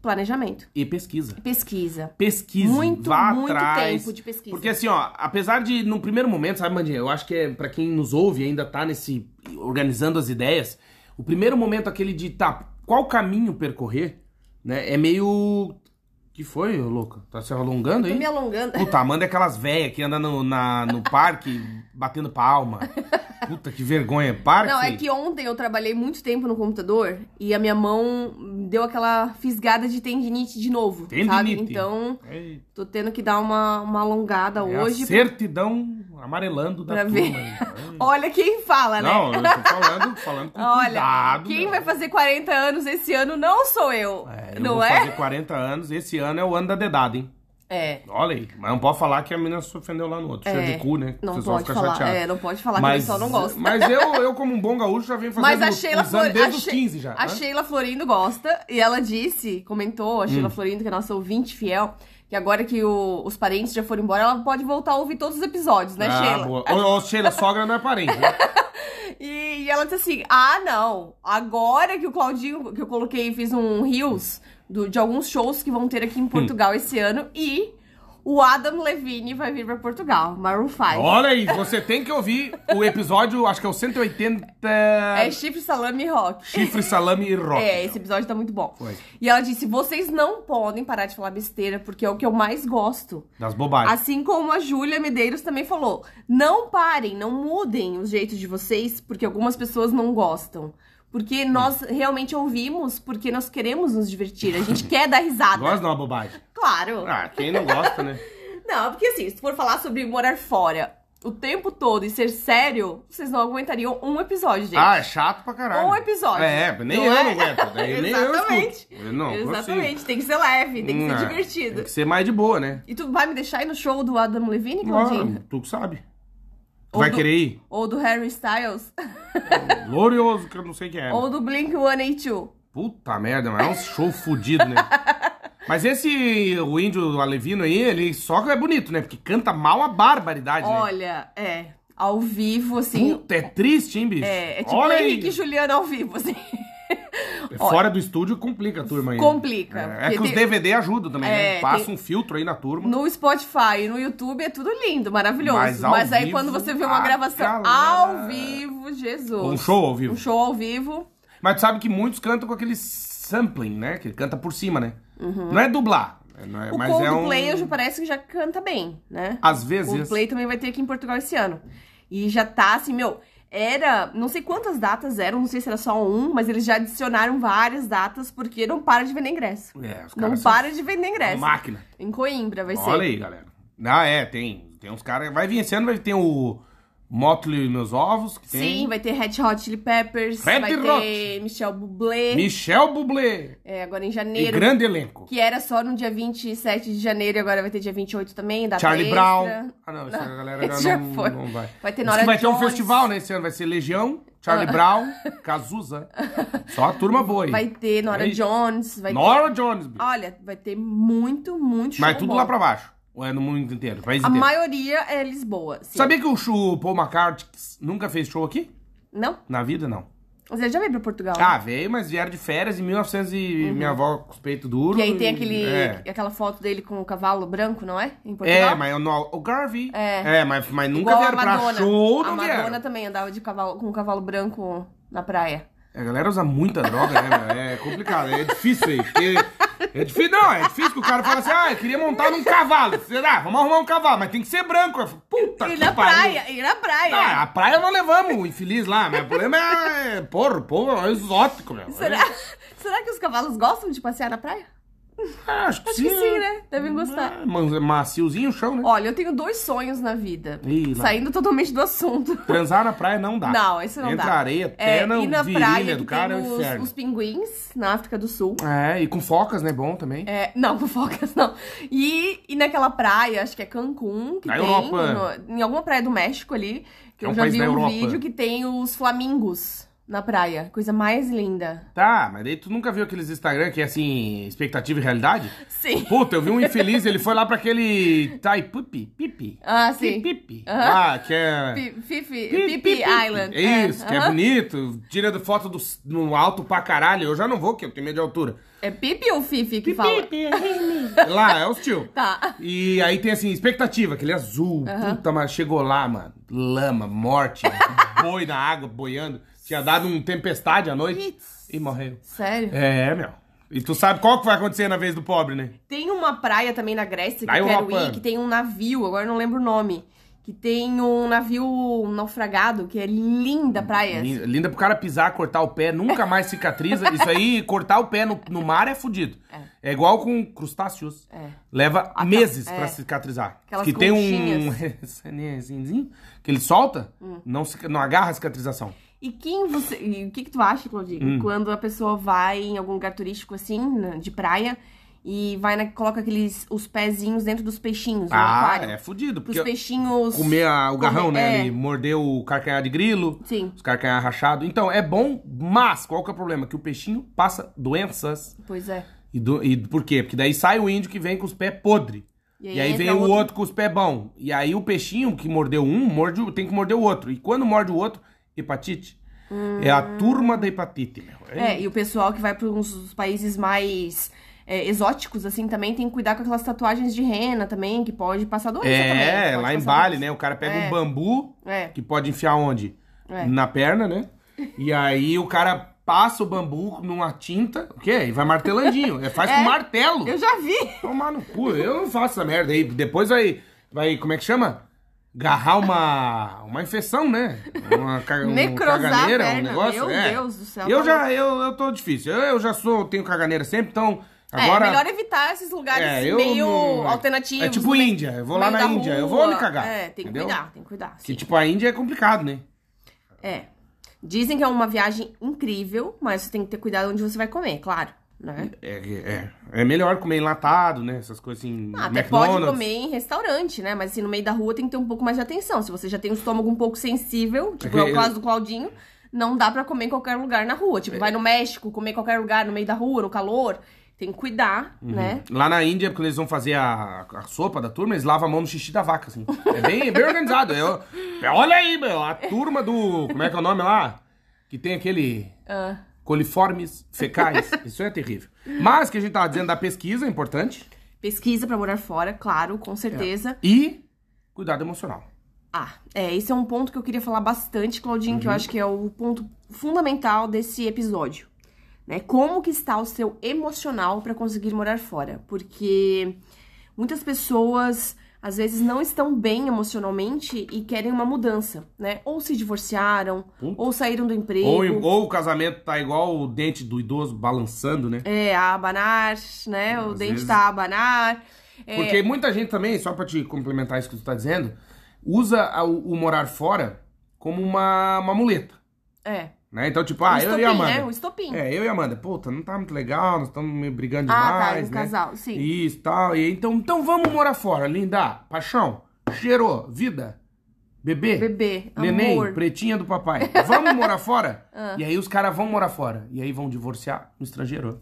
C: planejamento,
A: e pesquisa.
C: pesquisa.
A: Pesquise,
C: Muito,
A: vá
C: muito
A: atrás.
C: tempo de pesquisa.
A: Porque assim, ó, apesar de no primeiro momento, sabe, Mandinha, eu acho que é pra quem nos ouve e ainda tá nesse organizando as ideias, o primeiro momento aquele de tá, qual caminho percorrer, né? É meio que foi, ô louca? Tá se alongando
C: Tô
A: aí?
C: me alongando.
A: Puta, Amanda é aquelas velhas que andam no, na- no parque batendo palma. Puta, que vergonha. Parque.
C: Não, é que ontem eu trabalhei muito tempo no computador e a minha mão deu aquela fisgada de tendinite de novo, sabe?
A: Tendinite.
C: Então,
A: É,
C: tô tendo que dar uma, uma alongada
A: é
C: hoje.
A: a certidão amarelando da
C: Pra
A: turma.
C: ver.
A: né?
C: Olha quem fala,
A: Não,
C: né?
A: eu tô falando, falando com
C: Olha,
A: cuidado.
C: quem
A: né?
C: vai fazer 40 anos esse ano não sou eu,
A: É, eu
C: não
A: vou
C: é?
A: fazer 40 anos, esse ano é o ano da dedada, hein?
C: É,
A: Olha aí, mas não pode falar que a menina se ofendeu lá no outro. Cheio de cu, né?
C: não
A: Vocês vão
C: pode
A: ficar
C: falar,
A: chateados.
C: é, não pode falar
A: mas, é,
C: que o pessoal não gosta.
A: Mas eu, eu, como um bom gaúcho, já venho fazendo
C: Mas a Sheila,
A: os
C: Flor...
A: anos desde
C: a
A: os
C: She-
A: 15 já.
C: a
A: né?
C: Sheila Florindo gosta e ela disse, comentou, a
A: Hum.
C: Sheila Florindo, que é nossa ouvinte fiel, que agora que o- os parentes já foram embora, ela pode voltar a ouvir todos os episódios, né,
A: ah,
C: Sheila?
A: boa. Ô, ô, Sheila, sogra não é parente. né?
C: E, e ela disse assim: ah, não, agora que o Claudinho, que eu
A: Hum.
C: coloquei e fiz um Reels do- de alguns shows que vão ter aqui em Portugal esse ano e. o Adam Levine vai vir pra Portugal, Maroon 5.
A: Olha aí, você tem que ouvir o episódio, acho que é o 180.
C: É chifre, salame e rock.
A: Chifre, salame e rock. então.
C: É, esse episódio tá muito bom.
A: Foi.
C: E ela disse: vocês não podem parar de falar besteira, porque é o que eu mais gosto.
A: Das bobagens.
C: Assim como a Júlia Medeiros também falou: não parem, não mudem os jeitos de vocês, porque algumas pessoas não gostam. Porque
A: Hum.
C: nós realmente ouvimos, porque nós queremos nos divertir, a gente quer dar risada.
A: Gosta de uma bobagem.
C: Claro.
A: Ah, quem não gosta, né?
C: Não, porque assim, se tu for falar sobre morar fora o tempo todo e ser sério, vocês não aguentariam um episódio, gente.
A: Ah, é chato pra caralho.
C: Um episódio.
A: É, nem
C: Não
A: eu
C: é?
A: não aguento. Daí nem eu
C: Exatamente.
A: escuto. Eu não, consigo.
C: Exatamente. Tem que ser leve, tem que
A: Hum, é.
C: ser divertido.
A: Tem que ser mais de boa, né?
C: E tu vai me deixar ir no show do Adam Levine, Claudinho?
A: Claro, tu que sabe. Tu
C: Ou
A: vai
C: do-
A: querer ir?
C: Ou do Harry Styles?
A: Glorioso, que eu não sei quem é.
C: Ou do Blink 182?
A: Puta merda, mas é um show fudido, né? Mas esse, o índio alevino aí, ele só que é bonito, né? Porque canta mal a barbaridade, né?
C: Olha, é. Ao vivo, assim.
A: Puta, é triste, hein, bicho?
C: É, é tipo
A: Olha aí. É
C: Henrique e Juliana ao vivo, assim.
A: Fora do estúdio complica a turma aí. né?
C: Complica,
A: É, é
C: porque
A: que os
C: tem-
A: DVD ajudam também, né?
C: É,
A: Passa
C: tem-
A: um filtro aí na turma.
C: No Spotify e no YouTube é tudo lindo, maravilhoso.
A: Mas
C: Mas,
A: ao
C: aí
A: vivo,
C: quando você vê
A: a
C: uma gravação
A: galera-
C: ao vivo, Jesus.
A: Um show ao vivo.
C: Um show ao vivo.
A: Mas tu sabe que muitos cantam com aquele sampling, né? Que ele canta por cima, né? Não é dublar. não é-
C: Uhum. O
A: mas é um...
C: Coldplay hoje parece que já canta bem, né?
A: Às
C: O
A: vezes.
C: Coldplay também vai ter aqui em Portugal esse ano. E já tá assim, meu, era. Não sei quantas datas eram, não sei se era só um, mas eles já adicionaram várias datas porque não para de vender ingresso.
A: É, os
C: Não
A: caras são
C: para de vender ingresso.
A: máquina.
C: Em Coimbra vai ser.
A: Olha aí, galera. Ah, é, tem. Tem uns caras. Vai vir esse ano, vai ter o Motley e Meus Ovos. Que tem.
C: Sim, vai ter Red Hot Chili Peppers,
A: Red
C: vai
A: Hot.
C: ter Michel Bublé,
A: Michel Bublé.
C: é, agora em
A: E
C: janeiro,
A: grande elenco.
C: que era só no dia 27 de janeiro e agora vai ter dia 28 também, data
A: Charlie
C: extra.
A: Brown. Ah, não, essa galera
C: esse
A: já
C: já
A: não,
C: foi.
A: não vai.
C: Vai ter
A: Diz
C: Nora
A: que vai ter um
C: Jones.
A: festival, né? Esse ano vai ser Legião, Charlie
C: Ah.
A: Brown, Cazuza. Só a turma boa aí.
C: Vai ter Nora
A: Aí.
C: Jones, vai
A: Nora Jones,
C: ter...
A: bicho.
C: Olha, vai ter muito, muito show
A: Mas é tudo
C: bom.
A: lá pra baixo. Ou é no mundo inteiro, país
C: A
A: inteiro.
C: maioria é Lisboa, sim.
A: Sabia que o show- Paul McCartney nunca fez show aqui?
C: Não?
A: Na vida, não.
C: Mas ele já veio pra Portugal. né?
A: Ah, veio, mas vieram de férias em 1900 e minha avó com os peitos duros.
C: Uhum. E aí tem aquele,
A: É,
C: aquela foto dele com o cavalo branco, não é? Em Portugal.
A: é mas eu não, o Garvey.
C: É.
A: mas, mas nunca
C: Igual
A: vieram
C: a
A: pra
C: Madonna.
A: show,
C: a
A: não
C: Madonna
A: vieram.
C: também andava de cavalo, com um cavalo branco na praia.
A: A galera usa muita droga, né, meu? É complicado, é difícil aí. porque É difícil, não, é difícil que o cara fala assim, ah, eu queria montar num cavalo. Será? Vamos arrumar um cavalo, mas tem que ser branco. Eu falo, Puta
C: E
A: que
C: na
A: pariu.
C: praia, e na praia.
A: Ah, a praia nós levamos o infeliz lá, mas o problema é, porra, o povo é exótico, meu.
C: Será, será que os cavalos gostam de passear na praia?
A: Ah, acho que
C: Acho
A: sim.
C: que sim, né? Devem gostar.
A: É, mas é maciozinho o chão, né?
C: Olha, eu tenho dois sonhos na vida.
A: Ih, lá.
C: saindo totalmente do assunto.
A: Transar na praia não dá.
C: Não, isso não
A: Entra
C: dá.
A: areia,
C: É,
A: perna,
C: e na
A: virilha
C: praia
A: do
C: que
A: cara é
C: tem
A: o
C: os,
A: inferno.
C: os pinguins na África do Sul.
A: É, e com focas, né? Bom também.
C: É, não, com focas não. E, e naquela praia, acho que é Cancún, que
A: Na
C: tem.
A: Europa.
C: no- em alguma praia do México ali, que
A: É
C: eu
A: um
C: já
A: país
C: vi
A: da
C: um
A: Europa.
C: vídeo que tem os flamingos na praia. Coisa mais linda.
A: Tá, mas daí tu nunca viu aqueles Instagram que é assim, expectativa e realidade?
C: Sim.
A: Puta, eu vi um infeliz, ele foi lá pra aquele Taipupi, Pipi.
C: Ah, sim.
A: Pipi.
C: Aham.
A: Ah, que é...
C: Pi- Fifi,
A: Pi-
C: Pipi
A: pi- pi-
C: Island.
A: É isso, que é
C: aham.
A: bonito. Tira do- foto do, no alto pra caralho. Eu já não vou, que eu tenho medo de altura. é
C: É Pipi ou Fifi que fala?
A: Lá, é os tio.
C: Tá.
A: E aí tem assim, expectativa, aquele azul. Puta, mas chegou lá, mano. Lama, morte, boi na água, boiando. Tinha dado um tempestade à noite
C: Itz.
A: e morreu.
C: Sério?
A: É, meu. E tu sabe qual que vai acontecer na vez do pobre, né?
C: Tem uma praia também na Grécia que
A: Lá em
C: eu quero
A: Europa.
C: ir, que tem um navio, agora eu não lembro o nome. Que tem um navio naufragado, que é linda a praia.
A: Hum, Linda, linda pro cara pisar, cortar o pé, nunca mais cicatriza. Isso aí, cortar o pé no, no mar é fudido. É. igual com crustáceos.
C: É.
A: Leva
C: Aca-
A: meses pra
C: é.
A: cicatrizar.
C: Aquelas
A: que tem um
C: conchinhas. Hum.
A: sanezinho que ele solta, não, cica- não agarra a cicatrização.
C: E quem você. e o que, que tu acha, Claudinho?
A: Hum.
C: Quando a pessoa vai em algum lugar turístico assim, na- de praia, e vai na, coloca aqueles os pezinhos dentro dos peixinhos no
A: Ah,
C: aquário.
A: é fudido.
C: Pros
A: Porque
C: peixinhos.
A: comer a- o garrão,
C: comer-
A: né?
C: é.
A: Ele mordeu o carcanhar de grilo,
C: Sim.
A: os carcanhar rachado. Então, é bom, mas qual que é o problema? Que o peixinho passa doenças
C: Pois é.
A: E, do- e por quê? Porque daí sai o índio que vem com os pés podre. E
C: E
A: aí,
C: aí entra
A: vem o outro.
C: outro.
A: com os pés bons. E aí o peixinho que mordeu um, morde, o- tem que morder o outro. E quando morde o outro, hepatite.
C: Hum.
A: É a turma da hepatite, meu.
C: É, e o pessoal que vai para uns países mais é, exóticos, assim, também tem que cuidar com aquelas tatuagens de rena também, que pode passar doença também.
A: É,
C: pode
A: lá em
C: passar
A: Bali,
C: doença.
A: né? O cara pega
C: É.
A: um bambu,
C: É.
A: que pode enfiar onde?
C: É.
A: Na perna, né? E aí o cara passa o bambu numa tinta, o quê? E vai martelandinho. É, faz
C: É.
A: com martelo.
C: Eu já vi!
A: Tomar no cu, eu não faço essa merda aí. Depois vai, vai como é que chama? Garrar uma, uma infecção, né? Uma, ca- um
C: Necrosar
A: caganeira,
C: a
A: um
C: perna.
A: negócio.
C: Meu
A: é.
C: Deus do céu,
A: Eu
C: tá
A: já, eu, eu tô difícil. Eu, eu já sou, tenho caganeira sempre, então
C: é,
A: agora...
C: melhor assim, evitar esses lugares
A: É, eu
C: meio
A: não-
C: alternativos.
A: é tipo
C: no meio-
A: Índia, eu vou lá
C: meio
A: na
C: da
A: Índia, eu
C: rua.
A: vou me cagar,
C: É, tem que
A: entendeu?
C: cuidar, tem que cuidar.
A: Que
C: sim.
A: tipo, a Índia é complicado, né?
C: É. Dizem que é uma viagem incrível, mas você tem que ter cuidado onde você vai comer, claro, né?
A: É, é, é melhor comer enlatado, né? Essas coisas assim,
C: Ah, até
A: McDonald's.
C: pode comer em restaurante, né? Mas assim, no meio da rua tem que ter um pouco mais de atenção. Se você já tem um estômago um pouco sensível, tipo é o
A: É.
C: caso do Claudinho, não dá pra comer em qualquer lugar na rua. Tipo, vai no México, comer em qualquer lugar no meio da rua, no calor. Tem que cuidar,
A: Uhum.
C: né?
A: Lá na Índia, quando eles vão fazer a, a sopa da turma, eles lavam a mão no xixi da vaca, assim. É bem, é bem organizado. Eu- olha aí, meu, a turma do... Como é que é o nome lá? Que tem aquele...
C: Ah.
A: Coliformes fecais. Isso é terrível. Mas, que a gente tava dizendo da pesquisa, é importante.
C: Pesquisa pra morar fora, claro,
A: É.
C: com certeza.
A: E cuidado emocional.
C: Ah, é, esse é um ponto que eu queria falar bastante, Claudinho, que eu
A: Uhum.
C: acho que é o ponto fundamental desse episódio. Né? Como que está o seu emocional para conseguir morar fora? Porque muitas pessoas às vezes não estão bem emocionalmente e querem uma mudança, né? Ou se divorciaram,
A: Puta.
C: ou saíram do emprego.
A: Ou, ou o casamento tá igual o dente do idoso balançando, né?
C: É, a abanar, né? o
A: às
C: dente
A: vezes-
C: tá a abanar. É,
A: Porque muita gente também, só pra te complementar isso que tu tá dizendo, usa a- o, o morar fora como uma, uma muleta.
C: é.
A: Né? Então, tipo,
C: o
A: ah, eu
C: estopim,
A: e a Amanda.
C: né? O estopim.
A: É, eu e a Amanda, puta, não tá muito legal, nós estamos meio brigando
C: Ah, tá,
A: demais,
C: um
A: né?
C: casal, sim.
A: Isso, tal. E então, então vamos morar fora, linda. Paixão, cheiro, vida, bebê,
C: Bebê,
A: neném,
C: amor. Ah.
A: pretinha do papai. Vamos morar fora? E aí os caras vão morar fora. E aí vão divorciar no estrangeiro.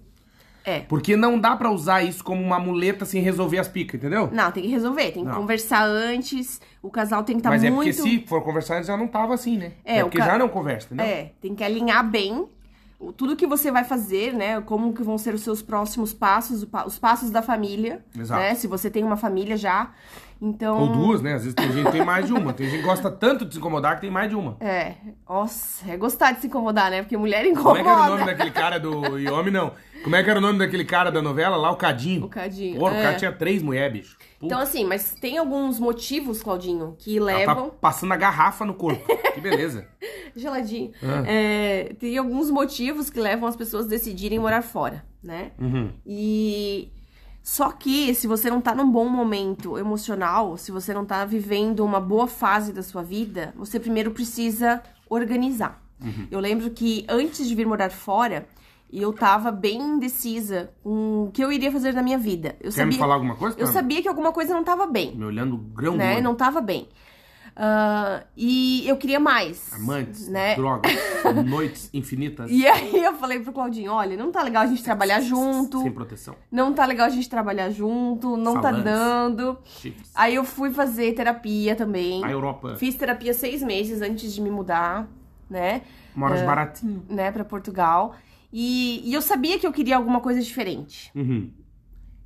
C: É.
A: Porque não dá pra usar isso como uma muleta sem resolver as picas, entendeu?
C: Não, tem que resolver, tem que
A: Não.
C: conversar antes, o casal tem que estar
A: Mas é
C: Tá muito.
A: porque se for conversar, já não tava assim, né?
C: É,
A: é
C: o
A: porque
C: ca-
A: já não né? conversa, entendeu?
C: É, tem que alinhar bem o- tudo que você vai fazer, né? Como que vão ser os seus próximos passos, o pa- os passos da família.
A: Exato.
C: Né? Se você tem uma família já. Então.
A: Ou duas, né? Às vezes tem gente que tem mais de uma. Tem gente que gosta tanto de se incomodar que tem mais de uma.
C: É. Nossa, é gostar de se incomodar, né? Porque mulher incomoda.
A: Como é que era o nome daquele cara do. E homem não. Como é que era o nome daquele cara da novela lá? O Cadinho.
C: O Cadinho,
A: Pô, o
C: é.
A: cara tinha três mulheres, bicho. Pô,
C: Então, assim, mas tem alguns motivos, Claudinho, que
A: ela
C: levam.
A: tá passando a garrafa no corpo. Que beleza.
C: Geladinho.
A: Ah.
C: É, tem alguns motivos que levam as pessoas a decidirem morar fora, né?
A: Uhum.
C: E só que se você não tá num bom momento emocional, se você não tá vivendo uma boa fase da sua vida, você primeiro precisa organizar.
A: Uhum.
C: Eu lembro que antes de vir morar fora, eu tava bem indecisa com o que eu iria fazer na minha vida. Eu
A: Quer me falar alguma coisa,
C: Eu
A: Tami?
C: sabia que alguma coisa não tava bem,
A: Me olhando grão do
C: né?
A: olho.
C: Não tava bem. Ah, e eu queria mais.
A: Amantes,
C: né?
A: drogas, noites infinitas,
C: E aí eu falei pro Claudinho, olha, não tá legal a gente trabalhar junto.
A: sem proteção,
C: Não tá legal a gente trabalhar junto, não tá
A: Falantes.
C: dando.
A: chifres.
C: Aí eu fui fazer terapia também.
A: Na Europa,
C: Fiz terapia seis meses antes de me mudar, né?
A: moras baratinho.
C: Né, pra Portugal. E, e eu sabia que eu queria alguma coisa diferente.
A: Uhum.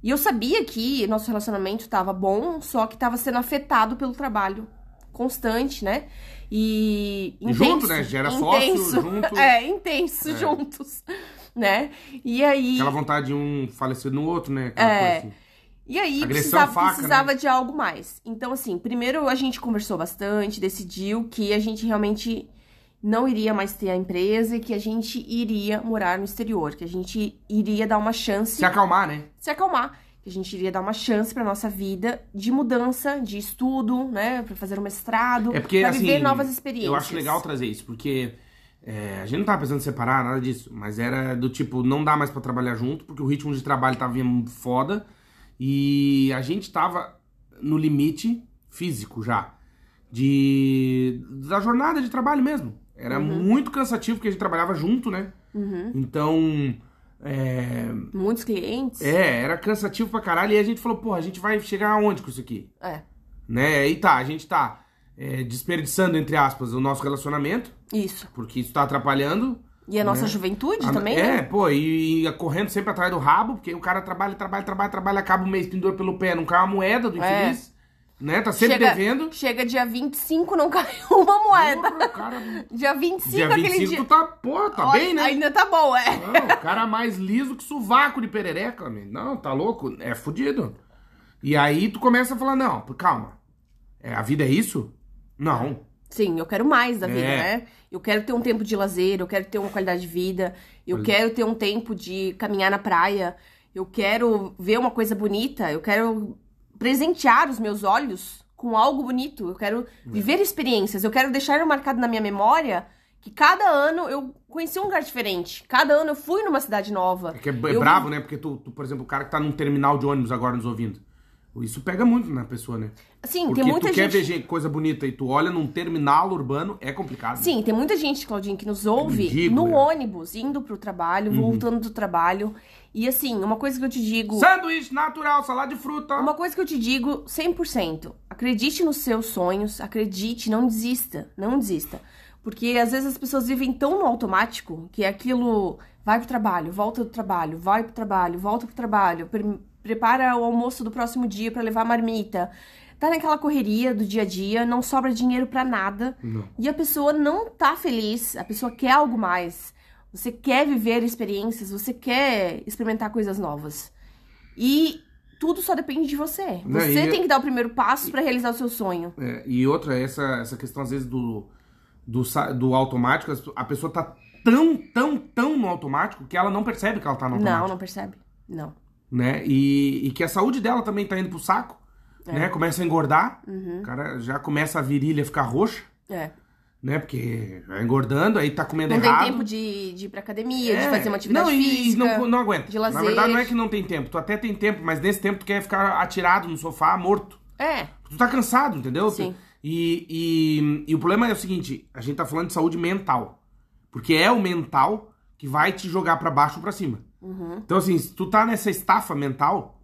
C: E eu sabia que nosso relacionamento tava bom, só que tava sendo afetado pelo trabalho constante, né? E.
A: E junto, né? Gera sócio,
C: intenso.
A: junto.
C: É, intenso,
A: É.
C: juntos. Né? E aí.
A: Aquela vontade de um falecer no outro, né? Aquela
C: É.
A: coisa assim.
C: E aí
A: Agressão à
C: precisava,
A: faca, né?
C: precisava de algo mais. Então, assim, primeiro a gente conversou bastante, decidiu que a gente realmente não iria mais ter a empresa e que a gente iria morar no exterior, que a gente iria dar uma chance
A: Se acalmar, né?
C: se acalmar, que a gente iria dar uma chance pra nossa vida de mudança, de estudo, né, Pra fazer um mestrado,
A: É porque,
C: pra
A: assim,
C: viver novas experiências.
A: Eu acho legal trazer isso, porque é, a gente não tava pensando em separar, nada disso. Mas era do tipo, não dá mais pra trabalhar junto, porque o ritmo de trabalho tava vindo foda. E a gente tava no limite físico já. De. Da jornada de trabalho mesmo. Era muito cansativo porque a gente trabalhava junto, né?
C: Uhum.
A: Então. É,
C: Muitos clientes.
A: é, era cansativo pra caralho. E a gente falou, porra, a gente vai chegar aonde com isso aqui?
C: É,
A: né? E tá, a gente tá é, desperdiçando, entre aspas, o nosso relacionamento,
C: Isso.
A: porque isso tá atrapalhando.
C: E a nossa juventude
A: Ah,
C: também,
A: É,
C: né?
A: pô, e, e correndo sempre atrás do rabo, porque o cara trabalha, trabalha, trabalha, trabalha, acaba o mês pendura pelo pé, não cai uma moeda do
C: É.
A: infeliz, né? Tá sempre devendo.
C: chega dia 25, não caiu uma moeda.
A: Porra, o cara-
C: Dia 25,
A: dia
C: aquele
A: 25
C: dia.
A: tu tá, porra, tá
C: Olha,
A: bem, né?
C: Ainda tá bom, é.
A: Não, o cara mais liso que sovaco de perereca, homem. Não, tá louco? É fudido. E aí tu começa a falar, não, pô, calma. É, a vida é isso? Não.
C: Sim, eu quero mais da vida,
A: É.
C: né? Eu quero ter um tempo de lazer, eu quero ter uma qualidade de vida, eu
A: Olha.
C: quero ter um tempo de caminhar na praia, eu quero ver uma coisa bonita, eu quero presentear os meus olhos com algo bonito, eu
A: É.
C: quero viver experiências, eu quero deixar marcado na minha memória que cada ano eu conheci um lugar diferente, cada ano eu fui numa cidade nova.
A: É que é, b- é
C: eu...
A: brabo, né? Porque tu, tu, por exemplo, o cara que tá num terminal de ônibus agora nos ouvindo. Isso pega muito na pessoa, né?
C: Sim,
A: Porque
C: tem muita
A: tu
C: gente.
A: quer ver gente- coisa bonita e tu olha num terminal urbano, é complicado.
C: Sim, tem muita gente, Claudinho, que nos ouve
A: Ridículo, Uhum.
C: no
A: né?
C: ônibus, indo pro trabalho, voltando do trabalho. E assim, uma coisa que eu te digo,
A: Sanduíche natural, salada de fruta.
C: uma coisa que eu te digo 100%, acredite nos seus sonhos, acredite, não desista, não desista. Porque às vezes as pessoas vivem tão no automático que é aquilo vai pro trabalho, volta do trabalho, vai pro trabalho, volta pro trabalho, pre- prepara o almoço do próximo dia pra levar a marmita. Tá naquela correria do dia a dia, não sobra dinheiro pra nada.
A: Não.
C: E a pessoa não tá feliz, a pessoa quer algo mais. Você quer viver experiências, você quer experimentar coisas novas. E tudo só depende de você.
A: Não,
C: Você
A: e-
C: tem que dar o primeiro passo pra realizar o seu sonho.
A: É, e outra, essa, essa questão às vezes do, do, sa- do automático, as- a pessoa tá tão, tão, tão no automático que ela não percebe que ela tá no automático.
C: Não, não percebe? Não.
A: Né? E, e que a saúde dela também tá indo pro saco,
C: É.
A: né? Começa a engordar,
C: Uhum.
A: o cara já começa a virilha ficar roxa,
C: É.
A: né? Porque vai engordando, aí tá comendo
C: Não
A: errado.
C: tem tempo de, de ir pra academia, de
A: É,
C: fazer uma atividade
A: não, e-
C: física.
A: E não, não aguenta.
C: de lazer.
A: Na verdade, não é que não tem tempo. Tu até tem tempo, mas nesse tempo tu quer ficar atirado no sofá, morto.
C: É,
A: Tu tá cansado, entendeu?
C: Sim.
A: E, e, e o problema é o seguinte, a gente tá falando de saúde mental. Porque é o mental que vai te jogar pra baixo ou pra cima.
C: Uhum,
A: Então, assim, se tu tá nessa estafa mental,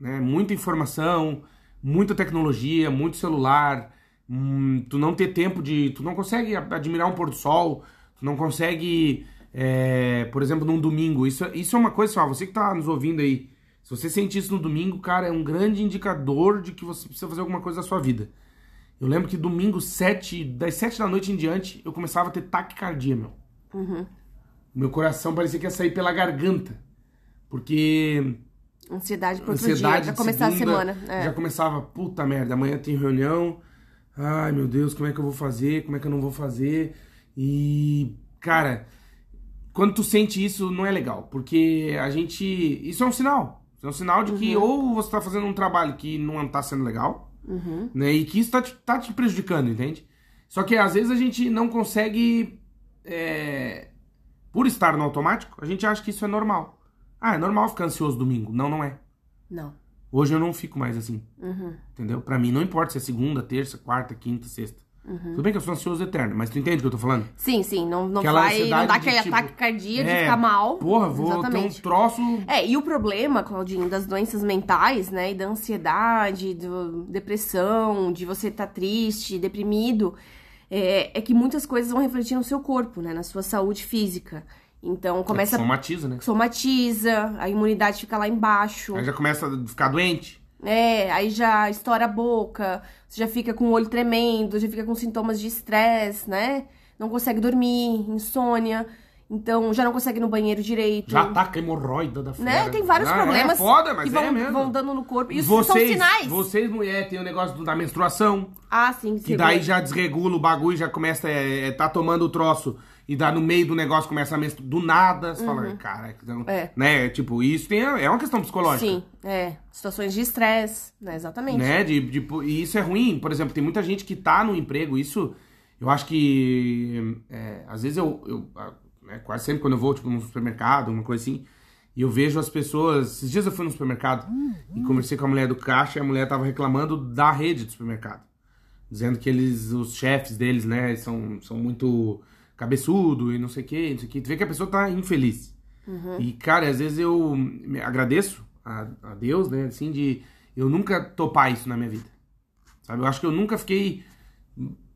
A: né? Muita informação, muita tecnologia, muito celular, hum, tu não ter tempo de. Tu não consegue a- admirar um pôr do sol, tu não consegue, é, por exemplo, num domingo. Isso, isso é uma coisa, assim, ó, você que tá nos ouvindo aí, se você sente isso no domingo, cara, é um grande indicador de que você precisa fazer alguma coisa da sua vida. Eu lembro que domingo, sete, das sete da noite em diante, eu começava a ter taquicardia, meu.
C: uhum.
A: Meu coração parecia que ia sair pela garganta. Porque
C: ansiedade pro outro dia,
A: ansiedade
C: pra
A: de
C: começar
A: segunda,
C: a semana. É.
A: Já começava, puta merda, amanhã tem reunião. Ai, meu Deus, como é que eu vou fazer? Como é que eu não vou fazer? E, cara, quando tu sente isso, não é legal, porque a gente, isso é um sinal. Isso é um sinal de que ou você tá fazendo um trabalho que não tá sendo legal,
C: Uhum.
A: né? E que isso tá te, tá te prejudicando, entende? Só que às vezes a gente não consegue é, por estar no automático, a gente acha que isso é normal. Ah, é normal ficar ansioso domingo. Não, não é.
C: Não.
A: Hoje eu não fico mais assim,
C: Uhum.
A: entendeu? Pra mim não importa se é segunda, terça, quarta, quinta, sexta.
C: Uhum.
A: Tudo bem que eu sou ansioso eterno, mas tu entende o que eu tô falando?
C: Sim, sim, não, não
A: Aquela
C: vai. Não dá
A: ansiedade de
C: aquele
A: tipo,
C: ataque cardíaco de
A: é,
C: ficar mal.
A: Porra, vou ter um troço.
C: É, e o problema, Claudinho, das doenças mentais, né, e da ansiedade, do depressão, de você estar triste, deprimido, é, é que muitas coisas vão refletir no seu corpo, né, na sua saúde física. Então começa
A: É, Somatiza, né?
C: somatiza, a imunidade fica lá embaixo,
A: Aí já começa a ficar doente.
C: é, aí já estoura a boca, você já fica com o olho tremendo, já fica com sintomas de estresse, né? Não consegue dormir, insônia, então já não consegue ir no banheiro direito.
A: Já ataca a hemorroida da fera.
C: Né? Tem vários
A: Ah,
C: problemas
A: É foda, mas
C: que vão,
A: é mesmo.
C: vão dando no corpo. Isso
A: vocês,
C: são sinais.
A: Vocês, mulher, tem o negócio do- da menstruação.
C: Ah, sim.
A: Que daí já desregula o bagulho, já começa a tá tomando o troço. E dá no meio do negócio, começa a menstru... Do nada, você fala, cara... Então,
C: Uhum. É.
A: Né? Tipo, isso tem, é uma questão psicológica.
C: Sim, é. Situações de estresse, né? Exatamente.
A: Né? De, de, e isso é ruim. Por exemplo, tem muita gente que tá no emprego. Isso, eu acho que... é, às vezes eu... eu, ah, né, quase sempre quando eu vou, tipo, num supermercado, uma coisa assim... E eu vejo as pessoas... Esses dias eu fui no supermercado e conversei com a mulher do caixa. E a mulher tava reclamando da rede do supermercado. Dizendo que eles... Os chefes deles, né? São, são muito cabeçudo e não sei o que, não sei o que. Tu vê que a pessoa tá infeliz. E, cara, às vezes eu me agradeço a, a Deus, né? Assim, de eu nunca topar isso na minha vida. Sabe? Eu acho que eu nunca fiquei.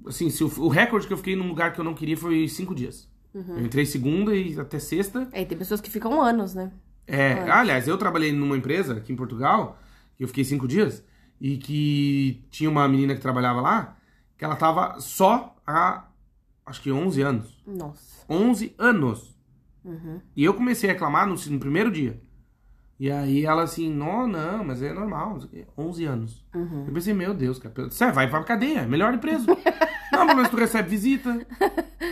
A: Assim, se o, o recorde que eu fiquei num lugar que eu não queria foi cinco dias. Eu entrei segunda e até sexta.
C: É, e tem pessoas que ficam anos, né?
A: É, aliás, eu trabalhei numa empresa aqui em Portugal, que eu fiquei cinco dias, e que tinha uma menina que trabalhava lá, que ela tava só há, acho que 11 anos.
C: Nossa. Uhum.
A: 11 anos. E eu comecei a reclamar no, no primeiro dia. E aí ela assim, não, não, mas é normal, não sei o quê. 11 anos.
C: Uhum.
A: Eu pensei, meu Deus, cara, você vai pra cadeia, é melhor ir preso. não, pelo menos tu recebe visita,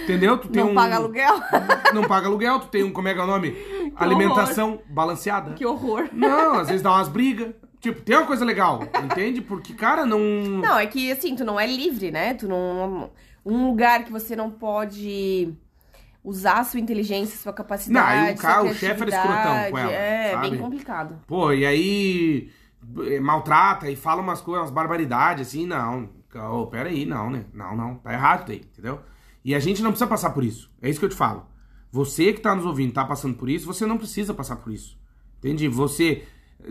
A: entendeu? Tu tem
C: Não
A: um,
C: paga aluguel?
A: Não paga aluguel, tu tem um, como é que é o nome? Alimentação balanceada.
C: que horror.
A: Não, às vezes dá umas brigas. Tipo, tem uma coisa legal, entende? Porque, cara, não...
C: Não, é que assim, tu não é livre, né? Tu não. Um lugar que você não pode usar a sua inteligência, sua capacidade.
A: Não, aí o
C: sua
A: cara- o chefe era
C: criatividade.
A: escrotão com ela,
C: É,
A: sabe?
C: bem complicado.
A: Pô, e aí eh, maltrata e fala umas coisas, umas barbaridades, assim, não. Ô, peraí, não, né? Não, não, tá errado aí, entendeu? E a gente não precisa passar por isso. É isso que eu te falo. Você que tá nos ouvindo, tá passando por isso, você não precisa passar por isso. Entende? Você,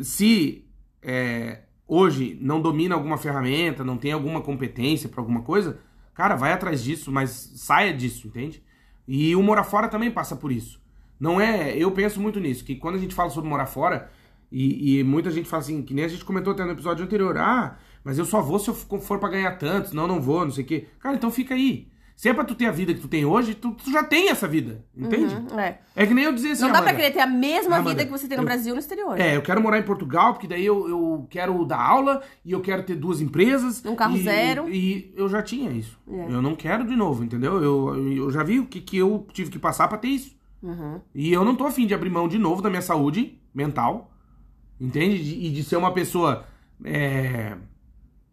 A: se eh, hoje não domina alguma ferramenta, não tem alguma competência pra alguma coisa, cara, vai atrás disso, mas saia disso, entende? E o morar fora também passa por isso. Não é. Eu penso muito nisso, que quando a gente fala sobre morar fora, e, e muita gente fala assim, que nem a gente comentou até no episódio anterior, ah, mas eu só vou se eu for pra ganhar tanto, senão eu não vou, não sei o quê. Cara, então fica aí. Se é pra tu ter a vida que tu tem hoje, tu, tu já tem essa vida, entende?
C: Uhum, é.
A: É que nem eu dizer assim,
C: Não dá pra
A: Amanda,
C: querer ter a mesma
A: Amanda,
C: vida que você tem no
A: é eu-
C: Brasil no exterior.
A: É, eu quero morar em Portugal, porque daí eu, eu quero dar aula e eu quero ter duas empresas.
C: Um carro
A: e-
C: zero.
A: E eu já tinha isso.
C: É.
A: Eu não quero de novo, entendeu? Eu, eu já vi o que, que eu tive que passar pra ter isso.
C: Uhum.
A: E eu não tô afim de abrir mão de novo da minha saúde mental, entende? De- E de ser uma pessoa é,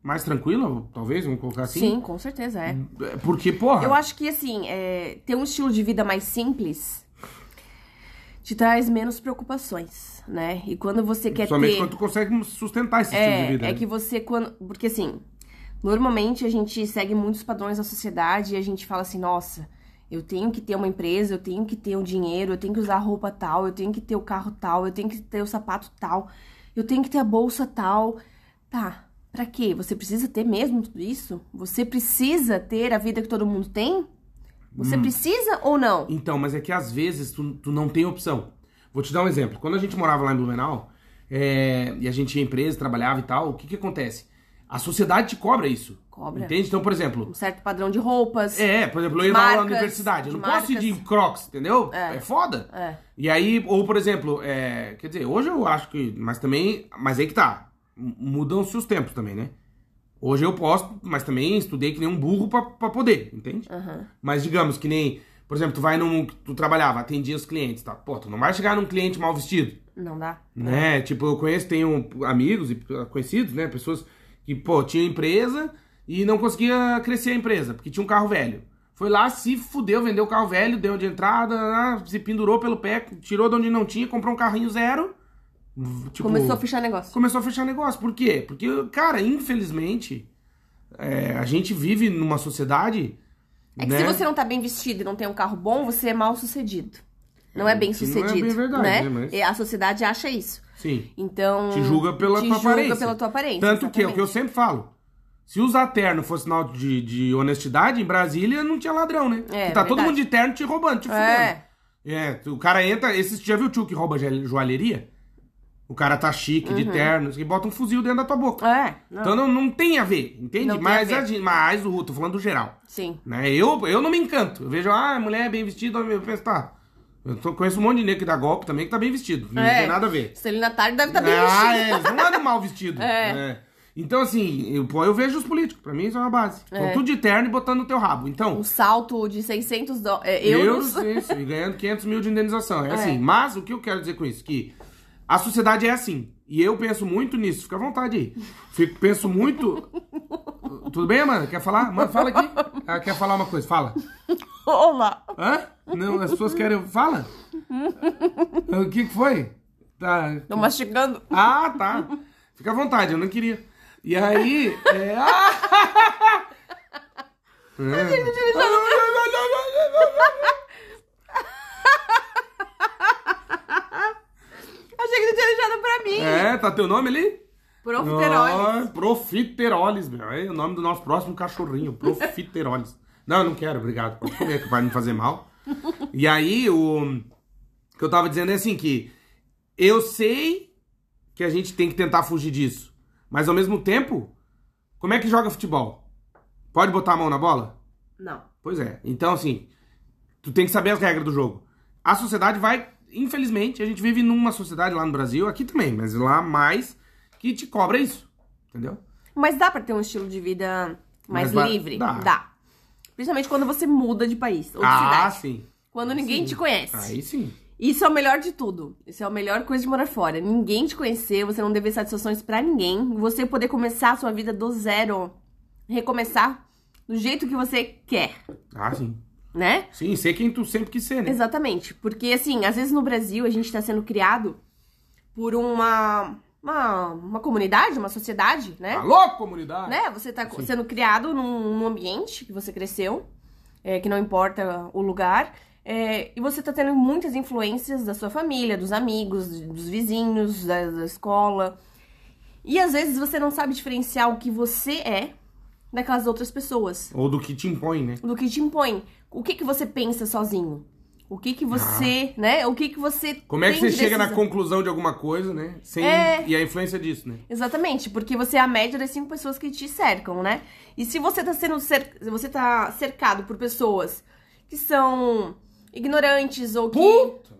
A: mais tranquila, talvez, vamos colocar assim.
C: Sim, com certeza, é.
A: É, Porque, porra,
C: Eu acho que, assim, é, ter um estilo de vida mais simples te traz menos preocupações, né? E quando você quer
A: somente
C: ter...
A: quando tu consegue sustentar esse
C: é,
A: estilo de vida.
C: é
A: né?
C: que você quando... Porque, assim, normalmente a gente segue muitos padrões da sociedade e a gente fala assim, nossa... Eu tenho que ter uma empresa, eu tenho que ter um dinheiro, eu tenho que usar a roupa tal, eu tenho que ter o carro tal, eu tenho que ter o sapato tal, eu tenho que ter a bolsa tal. Tá, pra quê? Você precisa ter mesmo tudo isso? Você precisa ter a vida que todo mundo tem? Você
A: Hum.
C: precisa ou não?
A: Então, mas é que às vezes tu, tu não tem opção. Vou te dar um exemplo. Quando a gente morava lá em Blumenau, é, e a gente tinha empresa, trabalhava e tal, o que que acontece? A sociedade te cobra isso.
C: Cobra.
A: Entende? Então, por exemplo,
C: Um certo padrão de roupas.
A: é, por exemplo, eu ia dar aula
C: Marcas,
A: na universidade. Eu não
C: de
A: posso ir de
C: marcas.
A: crocs, entendeu? É, foda.
C: É.
A: E aí, ou por exemplo, é, quer dizer, hoje eu acho que. Mas também. Mas aí que tá. M- Mudam-se os tempos também, né? Hoje eu posso, mas também estudei que nem um burro pra, pra poder, entende? Mas digamos que nem. Por exemplo, tu vai num. Tu trabalhava, atendia os clientes, tá? Pô, tu não vai chegar num cliente mal vestido
C: Não dá. É.
A: né? Tipo, eu conheço, tenho amigos e conhecidos, né? Pessoas que, pô, tinham empresa e não conseguia crescer a empresa, porque tinha um carro velho. Foi lá, se fudeu, vendeu o carro velho, deu de entrada, ah, se pendurou pelo pé, tirou de onde não tinha, comprou um carrinho zero. tipo,
C: Começou a fechar negócio.
A: começou a fechar negócio. Por quê? Porque, cara, infelizmente, é, a gente vive numa sociedade.
C: É que
A: né?
C: se você não tá bem vestido e não tem um carro bom, você é mal sucedido. Não é bem
A: isso não é
C: sucedido.
A: bem verdade,
C: né?
A: né, mas-
C: E A sociedade acha isso.
A: Sim.
C: Então.
A: Te julga pela
C: te
A: tua
C: julga
A: aparência.
C: pela tua aparência.
A: Tanto que é o que eu
C: exatamente.
A: sempre falo. Se usar terno fosse sinal de, de honestidade, em Brasília não tinha ladrão, né?
C: É,
A: Porque tá todo
C: verdade.
A: mundo de terno te roubando, te
C: É.
A: fudendo. É, tu- o cara entra. Esse, já viu o tio que rouba joal- joalheria? O cara tá chique, de terno, e bota um fuzil dentro da tua boca.
C: É, Uhum. não.
A: Então não, não tem a ver, entende?
C: Não tem a
A: mas,
C: ver.
A: a gente- mas o tô falando do geral.
C: Sim.
A: Né? Eu, eu não me encanto. Eu vejo, ah, mulher bem vestida, eu penso, tá. Eu tô- conheço um monte de negro que dá golpe também que tá bem vestido. Não
C: É.
A: tem nada a ver.
C: Celina Tarde deve estar Tá bem
A: Ah,
C: vestida.
A: é, eles não andam mal vestido.
C: É.
A: né? Então, assim, eu, pô, eu vejo os políticos. Pra mim, isso é uma base. Estão tudo de terno e botando no teu rabo. Então,
C: Um salto de 600 do... é, euros.
A: isso, e ganhando 500 mil de indenização. É,
C: É.
A: assim. Mas o que eu quero dizer com isso? Que a sociedade é assim. E eu penso muito nisso. Fica à vontade aí. Fico, penso muito. Tudo bem, Amanda? Quer falar? Amanda, fala aqui. Ela quer falar uma coisa? Fala.
C: Olá.
A: Hã? Não, as pessoas querem. Fala? O que que foi? Tá.
C: Tô mastigando.
A: Ah, tá. Fica à vontade, eu não queria. E aí. É... Ah! Ah, É.
C: Achei que tu tinha deixado pra mim. um
A: É, tá teu nome ali?
C: Profiteroles.
A: Ah, profiteroles, meu. É o nome do nosso próximo cachorrinho, Profiteroles. Não, eu não quero, obrigado. Pode comer, que vai me fazer mal. E aí, o que eu tava dizendo é assim que eu sei que a gente tem que tentar fugir disso, mas ao mesmo tempo, como é que joga futebol? Pode botar a mão na bola?
C: Não.
A: Pois é. Então, assim, tu tem que saber as regras do jogo. A sociedade vai, infelizmente, a gente vive numa sociedade lá no Brasil, aqui também, mas lá mais, que te cobra isso. Entendeu?
C: Mas dá pra ter um estilo de vida mais
A: Mas vai-
C: livre?
A: dá.
C: Principalmente quando você muda de país ou de
A: ah,
C: cidade.
A: sim.
C: Quando ninguém
A: Sim.
C: te conhece.
A: Aí sim.
C: Isso é o melhor de tudo. Isso é a melhor coisa de morar fora. Ninguém te conhecer, você não dever satisfações pra ninguém. Você poder começar a sua vida do zero. Recomeçar do jeito que você quer,
A: Ah, sim.
C: né?
A: Sim, ser quem tu sempre quis ser, né?
C: Exatamente. Porque, assim, às vezes no Brasil a gente tá sendo criado por uma. Uma, uma comunidade, uma sociedade, né?
A: Alô, Tá comunidade!
C: né? Você tá
A: Sim.
C: sendo criado num, num ambiente que você cresceu, é, que não importa o lugar, é, e você tá tendo muitas influências da sua família, dos amigos, de- dos vizinhos, da, da escola. E às vezes você não sabe diferenciar o que você é daquelas outras pessoas,
A: Ou do que te impõe, né?
C: do que te impõe. O que que você pensa sozinho? O que que você, né? O que que você
A: Ah. Como é que
C: tem
A: você
C: de
A: chega na
C: decisão?
A: conclusão de alguma coisa, né? Sem...
C: É.
A: E a influência disso, né?
C: Exatamente, porque você é a média das cinco pessoas que te cercam, né? E se você tá sendo cer- se você tá cercado por pessoas que são ignorantes ou que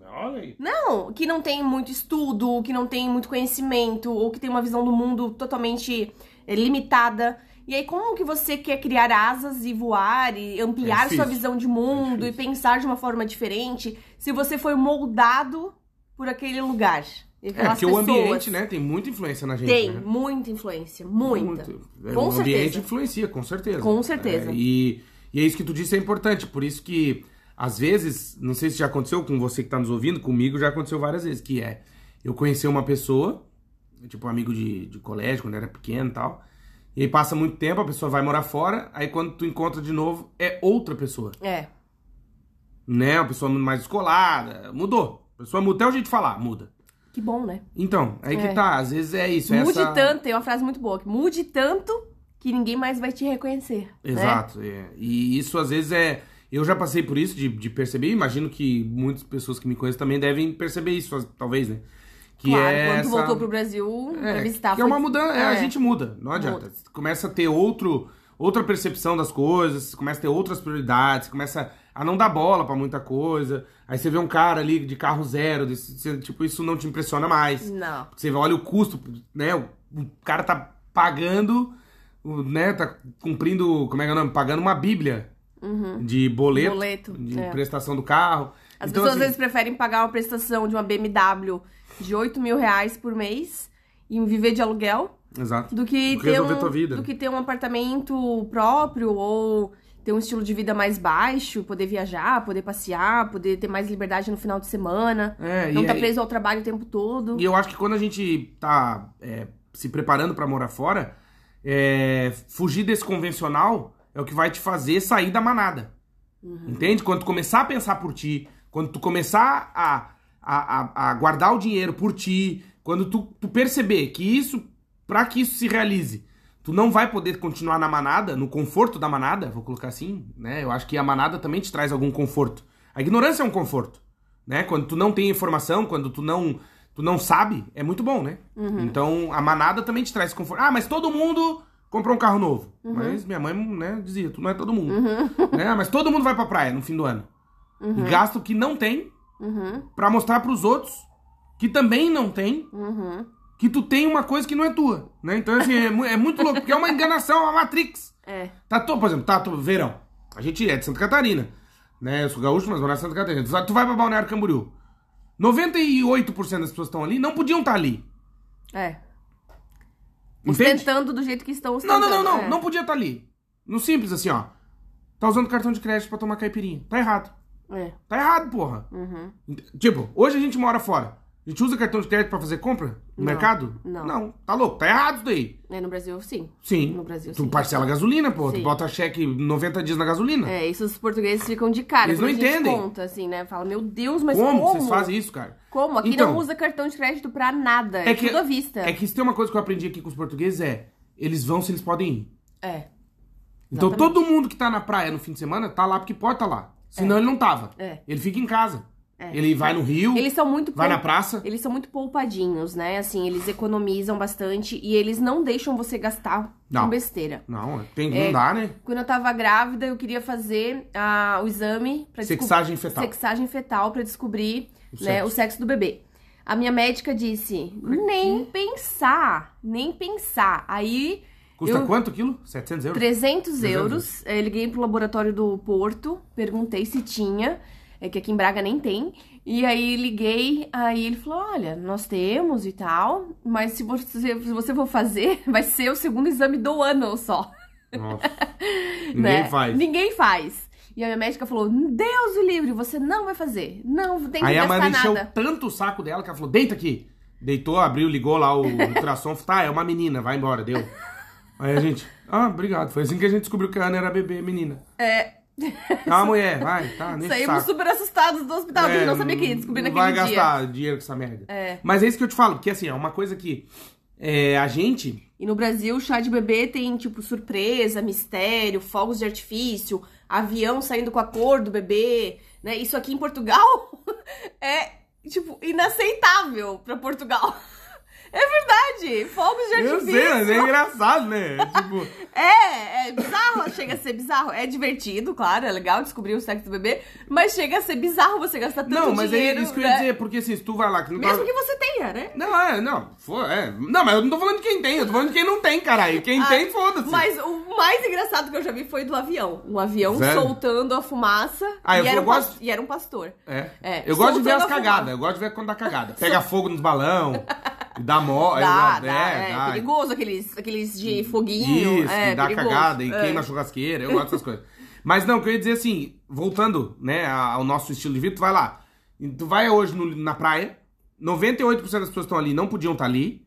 A: olha aí.
C: não, que não tem muito estudo, que não tem muito conhecimento ou que tem uma visão do mundo totalmente eh, limitada. E aí como que você quer criar asas e voar e ampliar
A: É difícil.
C: sua visão de mundo
A: É
C: e
A: difícil.
C: pensar de uma forma diferente se você foi moldado por aquele lugar? E
A: É,
C: aquelas
A: porque o
C: pessoas?
A: ambiente, né, tem muita influência na gente,
C: Tem
A: né?
C: muita influência, muita.
A: É,
C: Com
A: o ambiente
C: certeza.
A: influencia, com certeza.
C: Com certeza.
A: É, e, e é isso que tu disse é importante. Por isso que, às vezes, não sei se já aconteceu com você que tá nos ouvindo, comigo já aconteceu várias vezes, que é eu conheci uma pessoa, tipo um amigo de, de colégio, quando era pequeno e tal, e aí passa muito tempo, a pessoa vai morar fora, aí quando tu encontra de novo, é outra pessoa.
C: É,
A: Né? Uma pessoa mais descolada, mudou. A pessoa muda, até o jeito de falar, muda.
C: que bom, né?
A: Então, aí
C: É.
A: que tá, às vezes é isso. é
C: mude
A: essa...
C: tanto, tem uma frase muito boa, que mude tanto que ninguém mais vai te reconhecer. né?
A: Exato, é. E isso às vezes é. Eu já passei por isso de, de perceber, imagino que muitas pessoas que me conhecem também devem perceber isso, talvez, né? Que
C: claro,
A: é
C: quando tu
A: essa...
C: voltou pro Brasil pra
A: é,
C: visitar.
A: que é uma
C: foi-
A: mudança, é, a gente muda, não adianta.
C: Muda.
A: Você Começa a ter outro, outra percepção das coisas, você começa a ter outras prioridades, você começa a não dar bola pra muita coisa. Aí você vê um cara ali de carro zero, desse- você- tipo, isso não te impressiona mais.
C: Não.
A: Você olha o custo, né? O o cara tá pagando, o- né? Tá cumprindo, como é que é o nome? Pagando uma bíblia de boleto,
C: Uhum. Boleto,
A: de
C: é.
A: prestação do carro.
C: As
A: Então,
C: pessoas
A: assim,
C: às vezes preferem pagar uma prestação de uma BMW de 8 mil reais por mês e viver de aluguel
A: Exato.
C: do que
A: Do que
C: ter
A: resolver
C: um,
A: tua vida.
C: do que ter um apartamento próprio ou ter um estilo de vida mais baixo, poder viajar, poder passear, poder ter mais liberdade no final de semana,
A: É,
C: não
A: e
C: tá
A: aí-
C: preso ao trabalho o tempo todo.
A: E eu acho que quando a gente tá é, se preparando pra morar fora, é, fugir desse convencional é o que vai te fazer sair da manada. Entende? Quando tu começar a pensar por ti, quando tu começar a, a, a- a guardar o dinheiro por ti, quando tu, tu perceber que isso, pra que isso se realize, tu não vai poder continuar na manada, no conforto da manada, vou colocar assim, né? Eu acho que a manada também te traz algum conforto. A ignorância é um conforto, né? Quando tu não tem informação, quando tu não, tu não sabe, é muito bom, né? Então a manada também te traz conforto. Ah, mas todo mundo comprou um carro novo. Mas minha mãe, né, dizia, tu não é todo mundo. Né? Ah, Mas todo mundo vai pra praia no fim do ano. E gasta o que não tem
C: Uhum,
A: pra mostrar pros outros que também não tem,
C: uhum.
A: que tu tem uma coisa que não é tua, né? Então, assim, é, mu- é muito louco, porque é uma enganação, é uma matrix.
C: É.
A: Tá todo, por exemplo, tá todo verão. A gente é de Santa Catarina, né? Eu sou gaúcho, mas moro em Santa Catarina. Tu vai- Tu vai pra Balneário Camboriú. 98% das pessoas que estão ali não podiam estar ali.
C: É.
A: Entende?
C: Ostentando do jeito que estão
A: Não,
C: ostentando.
A: não, não, não.
C: é.
A: Não podia estar ali. No simples, assim, ó. Tá usando cartão de crédito pra tomar caipirinha. Tá errado.
C: É.
A: Tá errado, porra.
C: Uhum.
A: Tipo, hoje a gente mora fora. A gente usa cartão de crédito pra fazer compra no
C: Não,
A: mercado?
C: não.
A: Não, tá louco, tá errado isso daí.
C: É, no Brasil, sim.
A: Sim.
C: No Brasil,
A: Tu
C: sim.
A: parcela gasolina, pô. Tu
C: Sim.
A: bota cheque 90 dias na gasolina.
C: É, isso os portugueses ficam de cara.
A: Eles
C: quando
A: não
C: a gente
A: entendem.
C: Conta, assim, né? Fala, meu Deus, mas
A: como,
C: como?
A: vocês fazem isso, cara?
C: Como? Aqui
A: Então,
C: não usa cartão de crédito pra nada. É, tudo à vista.
A: É que se tem uma coisa que eu aprendi aqui com os portugueses é... Eles vão se eles podem ir.
C: É.
A: Então
C: Exatamente.
A: todo mundo que tá na praia no fim de semana tá lá porque pode tá lá. Senão ele não tava.
C: É.
A: Ele fica em casa. Ele vai no rio,
C: Eles são muito
A: vai
C: pou-
A: na praça.
C: Eles são muito poupadinhos, né? Assim, eles economizam bastante e eles não deixam você gastar
A: Não.
C: com besteira.
A: Não, tem,
C: É.
A: não dá, né?
C: Quando eu tava grávida, eu queria fazer ah, o exame para
A: Sexagem fetal.
C: Sexagem fetal para descobrir
A: O
C: né,
A: sexo.
C: o sexo do bebê. A minha médica disse: nem pensar, nem pensar. Aí,
A: Custa
C: Eu-
A: quanto aquilo? 700 euros?
C: 300 euros. Eu liguei pro laboratório do Porto, perguntei se tinha, é que aqui em Braga nem tem. E aí liguei, aí ele falou: olha, nós temos e tal, mas se você, se você for fazer, vai ser o segundo exame do ano só.
A: Nossa. Ninguém
C: né?
A: faz.
C: Ninguém faz. E a minha médica falou: Deus o livre, você não vai fazer. Não tem que
A: Aí a
C: gastar
A: Amanda encheu
C: nada.
A: tanto o saco dela que ela falou: deita aqui. Deitou, abriu, ligou lá o ultrassom. falou, Tá, é uma menina, vai embora, deu. Aí a gente, ah, obrigado. Foi assim que a gente descobriu que a Ana era bebê, menina. É. Ah, mulher, vai, tá, nem
C: Saímos
A: saco.
C: super assustados do hospital, porque
A: É,
C: não sabia que descobri
A: não
C: naquele
A: vai
C: dia.
A: gastar dinheiro com essa merda.
C: É.
A: Mas é isso que eu te falo, porque assim, é uma coisa que é, a gente.
C: E no Brasil, o chá de bebê tem, tipo, surpresa, mistério, fogos de artifício, avião saindo com a cor do bebê, né? Isso aqui em Portugal é, tipo, inaceitável pra Portugal. É verdade! Fogos de
A: Eu
C: artifício.
A: sei, mas é engraçado, né? tipo,
C: É, é bizarro, chega a ser bizarro. É divertido, claro, é legal descobrir o sexo do bebê, mas chega a ser bizarro você gastar tanto
A: não, mas
C: dinheiro.
A: é isso que eu ia
C: né?
A: dizer, porque assim, se tu vai lá que não tá-
C: Mesmo que você tenha, né?
A: Não, é, não, fo- é. Não, mas eu não tô falando de quem tem, eu tô falando de quem não tem, caralho. Quem tem, foda-se.
C: Ah, Mas o mais engraçado que eu já vi foi do avião. Um avião
A: Sério?
C: soltando a fumaça
A: Ah, eu-
C: e, era
A: eu
C: um pas-
A: gosto-
C: e era um pastor.
A: É.
C: É,
A: Eu gosto de ver as
C: soltando a
A: cagadas,
C: fumaça.
A: eu gosto de ver quando dá cagada. Pega fogo nos balão, dá morte.
C: Dá, dá, é, perigoso aqueles, aqueles de foguinho.
A: Isso,
C: é,
A: e dá
C: perigoso.
A: cagada e
C: É.
A: queima a churrasqueira, eu gosto dessas coisas. Mas não, o que eu ia dizer assim, voltando, né, a- ao nosso estilo de vida, tu vai lá. e Tu vai hoje no- na praia, 98% das pessoas que estão ali não podiam estar ali,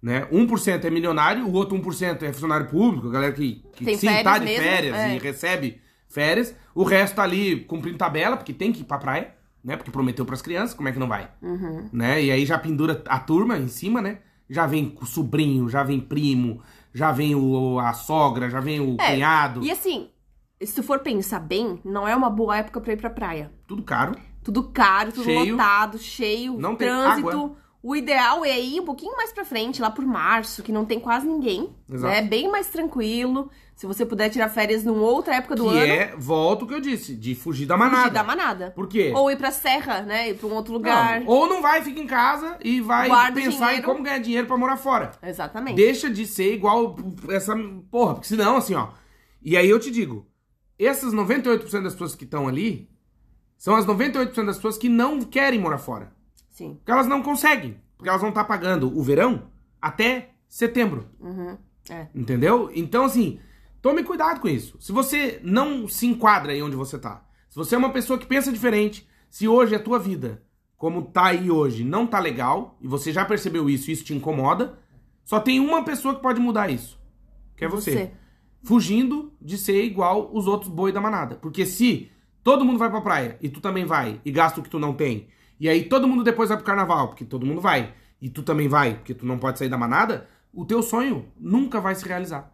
A: né? 1% é milionário, o outro 1% é funcionário público, a galera que, que
C: Tem
A: sim,
C: férias
A: tá de
C: mesmo,
A: férias
C: é.
A: e recebe férias. O resto tá ali cumprindo tabela, porque tem que ir pra praia, né? Porque prometeu pras crianças, como é que não vai? né? E aí já pendura a turma em cima, né? Já vem o sobrinho, já vem primo, já vem o, a sogra, já vem o
C: É,
A: cunhado.
C: E assim, se tu for pensar bem, não é uma boa época pra ir pra praia.
A: Tudo caro.
C: Tudo caro, tudo
A: Cheio.
C: lotado, cheio,
A: Não tem
C: trânsito.
A: água.
C: O ideal é ir um pouquinho mais pra frente, lá por março, que não tem quase ninguém.
A: Exato.
C: É bem mais tranquilo. Se você puder tirar férias numa outra época do
A: que
C: ano,
A: é, volta o que eu disse, de fugir da manada.
C: fugir da manada.
A: Por quê?
C: Ou ir pra serra, né? Ir pra um outro
A: Não,
C: lugar.
A: ou não vai, fica em casa e vai
C: Guarda o
A: pensar em
C: dinheiro.
A: como ganhar dinheiro pra morar fora.
C: Exatamente.
A: Deixa de ser igual essa porra, porque senão, assim, ó. E aí eu te digo, essas 98% das pessoas que estão ali são as 98% das pessoas que não querem morar fora.
C: Sim.
A: Porque elas não conseguem. Porque elas vão estar pagando o verão até setembro.
C: Uhum. É.
A: Entendeu? Então, assim, tome cuidado com isso. Se você não se enquadra aí onde você tá, se você é uma pessoa que pensa diferente, se hoje a tua vida, como tá aí hoje, não tá legal, e você já percebeu isso, isso te incomoda, só tem uma pessoa que pode mudar isso. Que é você.
C: Você.
A: Fugindo de ser igual os outros boi da manada. Porque se todo mundo vai pra praia e tu também vai e gasta o que tu não tem, e aí todo mundo depois vai pro carnaval, porque todo mundo vai, e tu também vai, porque tu não pode sair da manada, o teu sonho nunca vai se realizar.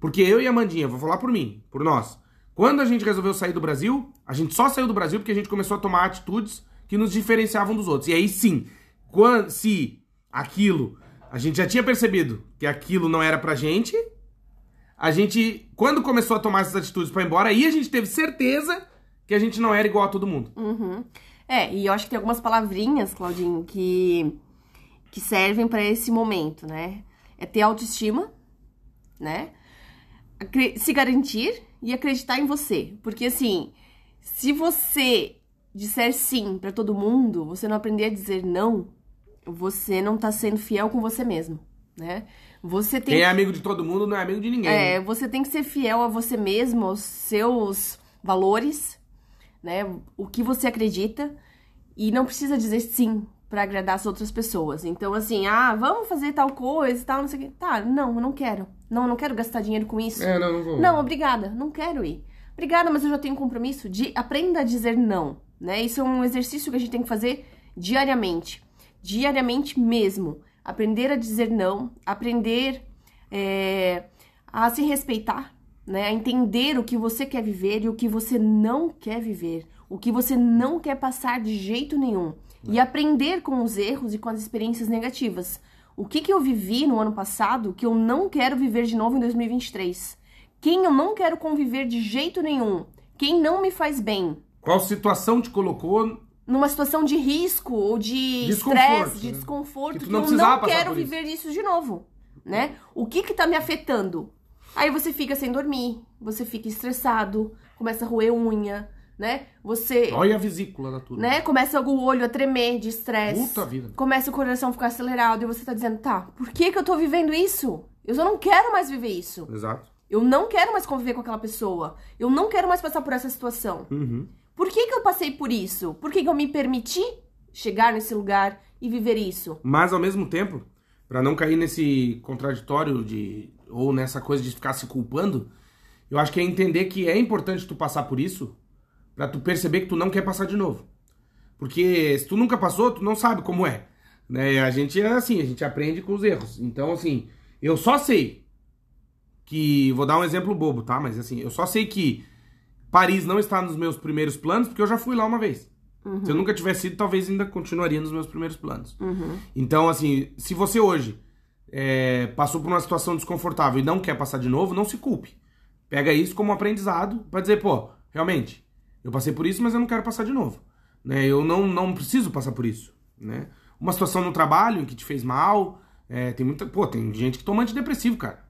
A: Porque eu e a Mandinha, vou falar por mim, por nós. Quando a gente resolveu sair do Brasil, a gente só saiu do Brasil porque a gente começou a tomar atitudes que nos diferenciavam dos outros. E aí sim, quan- se aquilo, a gente já tinha percebido que aquilo não era pra gente, a gente, quando começou a tomar essas atitudes pra ir embora, aí a gente teve certeza que a gente não era igual a todo mundo.
C: Uhum. É, e eu acho que tem algumas palavrinhas, Claudinho, que, que servem pra esse momento, né? É ter autoestima, né? Acre- se garantir e acreditar em você. Porque, assim, se você disser sim pra todo mundo, você não aprender a dizer não, você não tá sendo fiel com você mesmo, né? Você tem
A: Quem é amigo de todo mundo não é amigo de ninguém.
C: é, você tem que ser fiel a você mesmo, aos seus valores, né? O que você acredita e não precisa dizer sim pra agradar as outras pessoas. Então assim, ah, vamos fazer tal coisa e tal, não sei o que. Tá, não, eu não quero. Não, eu não quero gastar dinheiro com isso.
A: É, não, não vou.
C: Não, obrigada, não quero ir. Obrigada, mas eu já tenho um compromisso de aprenda a dizer não, né? Isso é um exercício que a gente tem que fazer diariamente, diariamente mesmo. eh, Aprender a dizer não, aprender é, a se respeitar, né? A entender o que você quer viver e o que você não quer viver, o que você não quer passar de jeito nenhum e aprender com os erros e com as experiências negativas. O que que eu vivi no ano passado que eu não quero viver de novo em 2023? Quem eu não quero conviver de jeito nenhum? Quem não me faz bem?
A: Qual situação te colocou
C: numa situação de risco ou de
A: Desconforto,
C: estresse, de
A: né?
C: desconforto,
A: Que
C: que,
A: tu não
C: eu
A: precisava
C: não
A: passar
C: quero
A: por isso.
C: viver isso de novo, né? O que que tá me afetando? Aí você fica sem dormir, você fica estressado, começa a roer unha, né? Você,
A: Olha a vesícula da turma.
C: né, começa o olho a tremer de estresse.
A: Puta vida.
C: Começa o coração a ficar acelerado e você tá dizendo, tá, por que que eu tô vivendo isso? Eu só não quero mais viver isso.
A: Exato.
C: Eu não quero mais conviver com aquela pessoa. Eu não quero mais passar por essa situação.
A: Uhum.
C: Por que, que eu passei por isso? Por que, que eu me permiti chegar nesse lugar e viver isso?
A: Mas ao mesmo tempo, pra não cair nesse contraditório de ou nessa coisa de ficar se culpando, eu acho que é entender que é importante tu passar por isso pra tu perceber que tu não quer passar de novo. Porque se tu nunca passou, tu não sabe como é. Né? A gente é assim, a gente aprende com os erros. Então, assim, eu só sei que. Vou dar um exemplo bobo, tá? Mas assim, eu só sei que Paris não está nos meus primeiros planos, porque eu já fui lá uma vez. Se eu nunca tivesse ido, talvez ainda continuaria nos meus primeiros planos. Então, assim, se você hoje é, passou por uma situação desconfortável e não quer passar de novo, não se culpe. Pega isso como aprendizado pra dizer, pô, realmente, eu passei por isso, mas eu não quero passar de novo. Né? Eu não, não preciso passar por isso. Né? Uma situação no trabalho que te fez mal, é, tem muita. Pô, tem gente que toma antidepressivo, cara.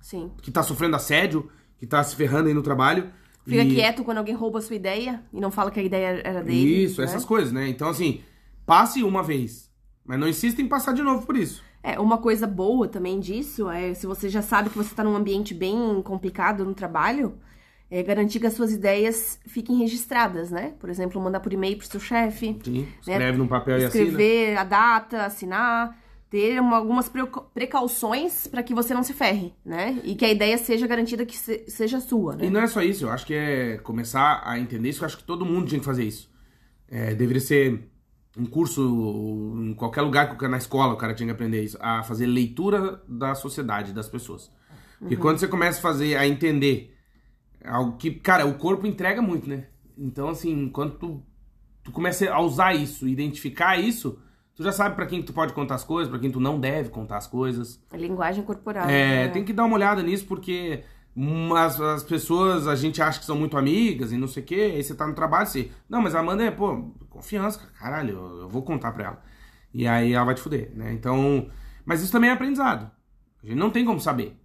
C: Sim.
A: Que tá sofrendo assédio, que tá se ferrando aí no trabalho.
C: Fica
A: e-
C: quieto quando alguém rouba a sua ideia e não fala que a ideia era dele.
A: Isso,
C: né?
A: essas coisas, né? Então, assim, passe uma vez, mas não insista em passar de novo por isso.
C: É, uma coisa boa também disso é se você já sabe que você está num ambiente bem complicado no trabalho, é garantir que as suas ideias fiquem registradas, né? Por exemplo, mandar por e-mail pro seu chefe,
A: Sim, escreve num papel e assim, né? assina.
C: Né? escrever a data, assinar, ter uma- algumas preu- precauções para que você não se ferre, né? E que a ideia seja garantida que se- seja sua, né?
A: E não é só isso, eu acho que é começar a entender isso, eu acho que todo mundo tinha que fazer isso. É, deveria ser um curso um, em qualquer lugar, que o cara- na escola o cara tinha que aprender isso, a fazer leitura da sociedade, das pessoas. Porque
C: Uhum.
A: quando você começa a fazer, a entender algo que, cara, o corpo entrega muito, né? Então, assim, enquanto tu, tu começa a usar isso, identificar isso, tu já sabe pra quem que tu pode contar as coisas, pra quem tu não deve contar as coisas.
C: A linguagem corporal.
A: É,
C: né?
A: tem que dar uma olhada nisso, porque umas, as pessoas a gente acha que são muito amigas e não sei o quê, aí você tá no trabalho assim, não, mas a Amanda é, pô, confiança, cara, caralho, eu, eu vou contar pra ela. E aí ela vai te fuder, né? Então, mas isso também é aprendizado. A gente não tem como saber.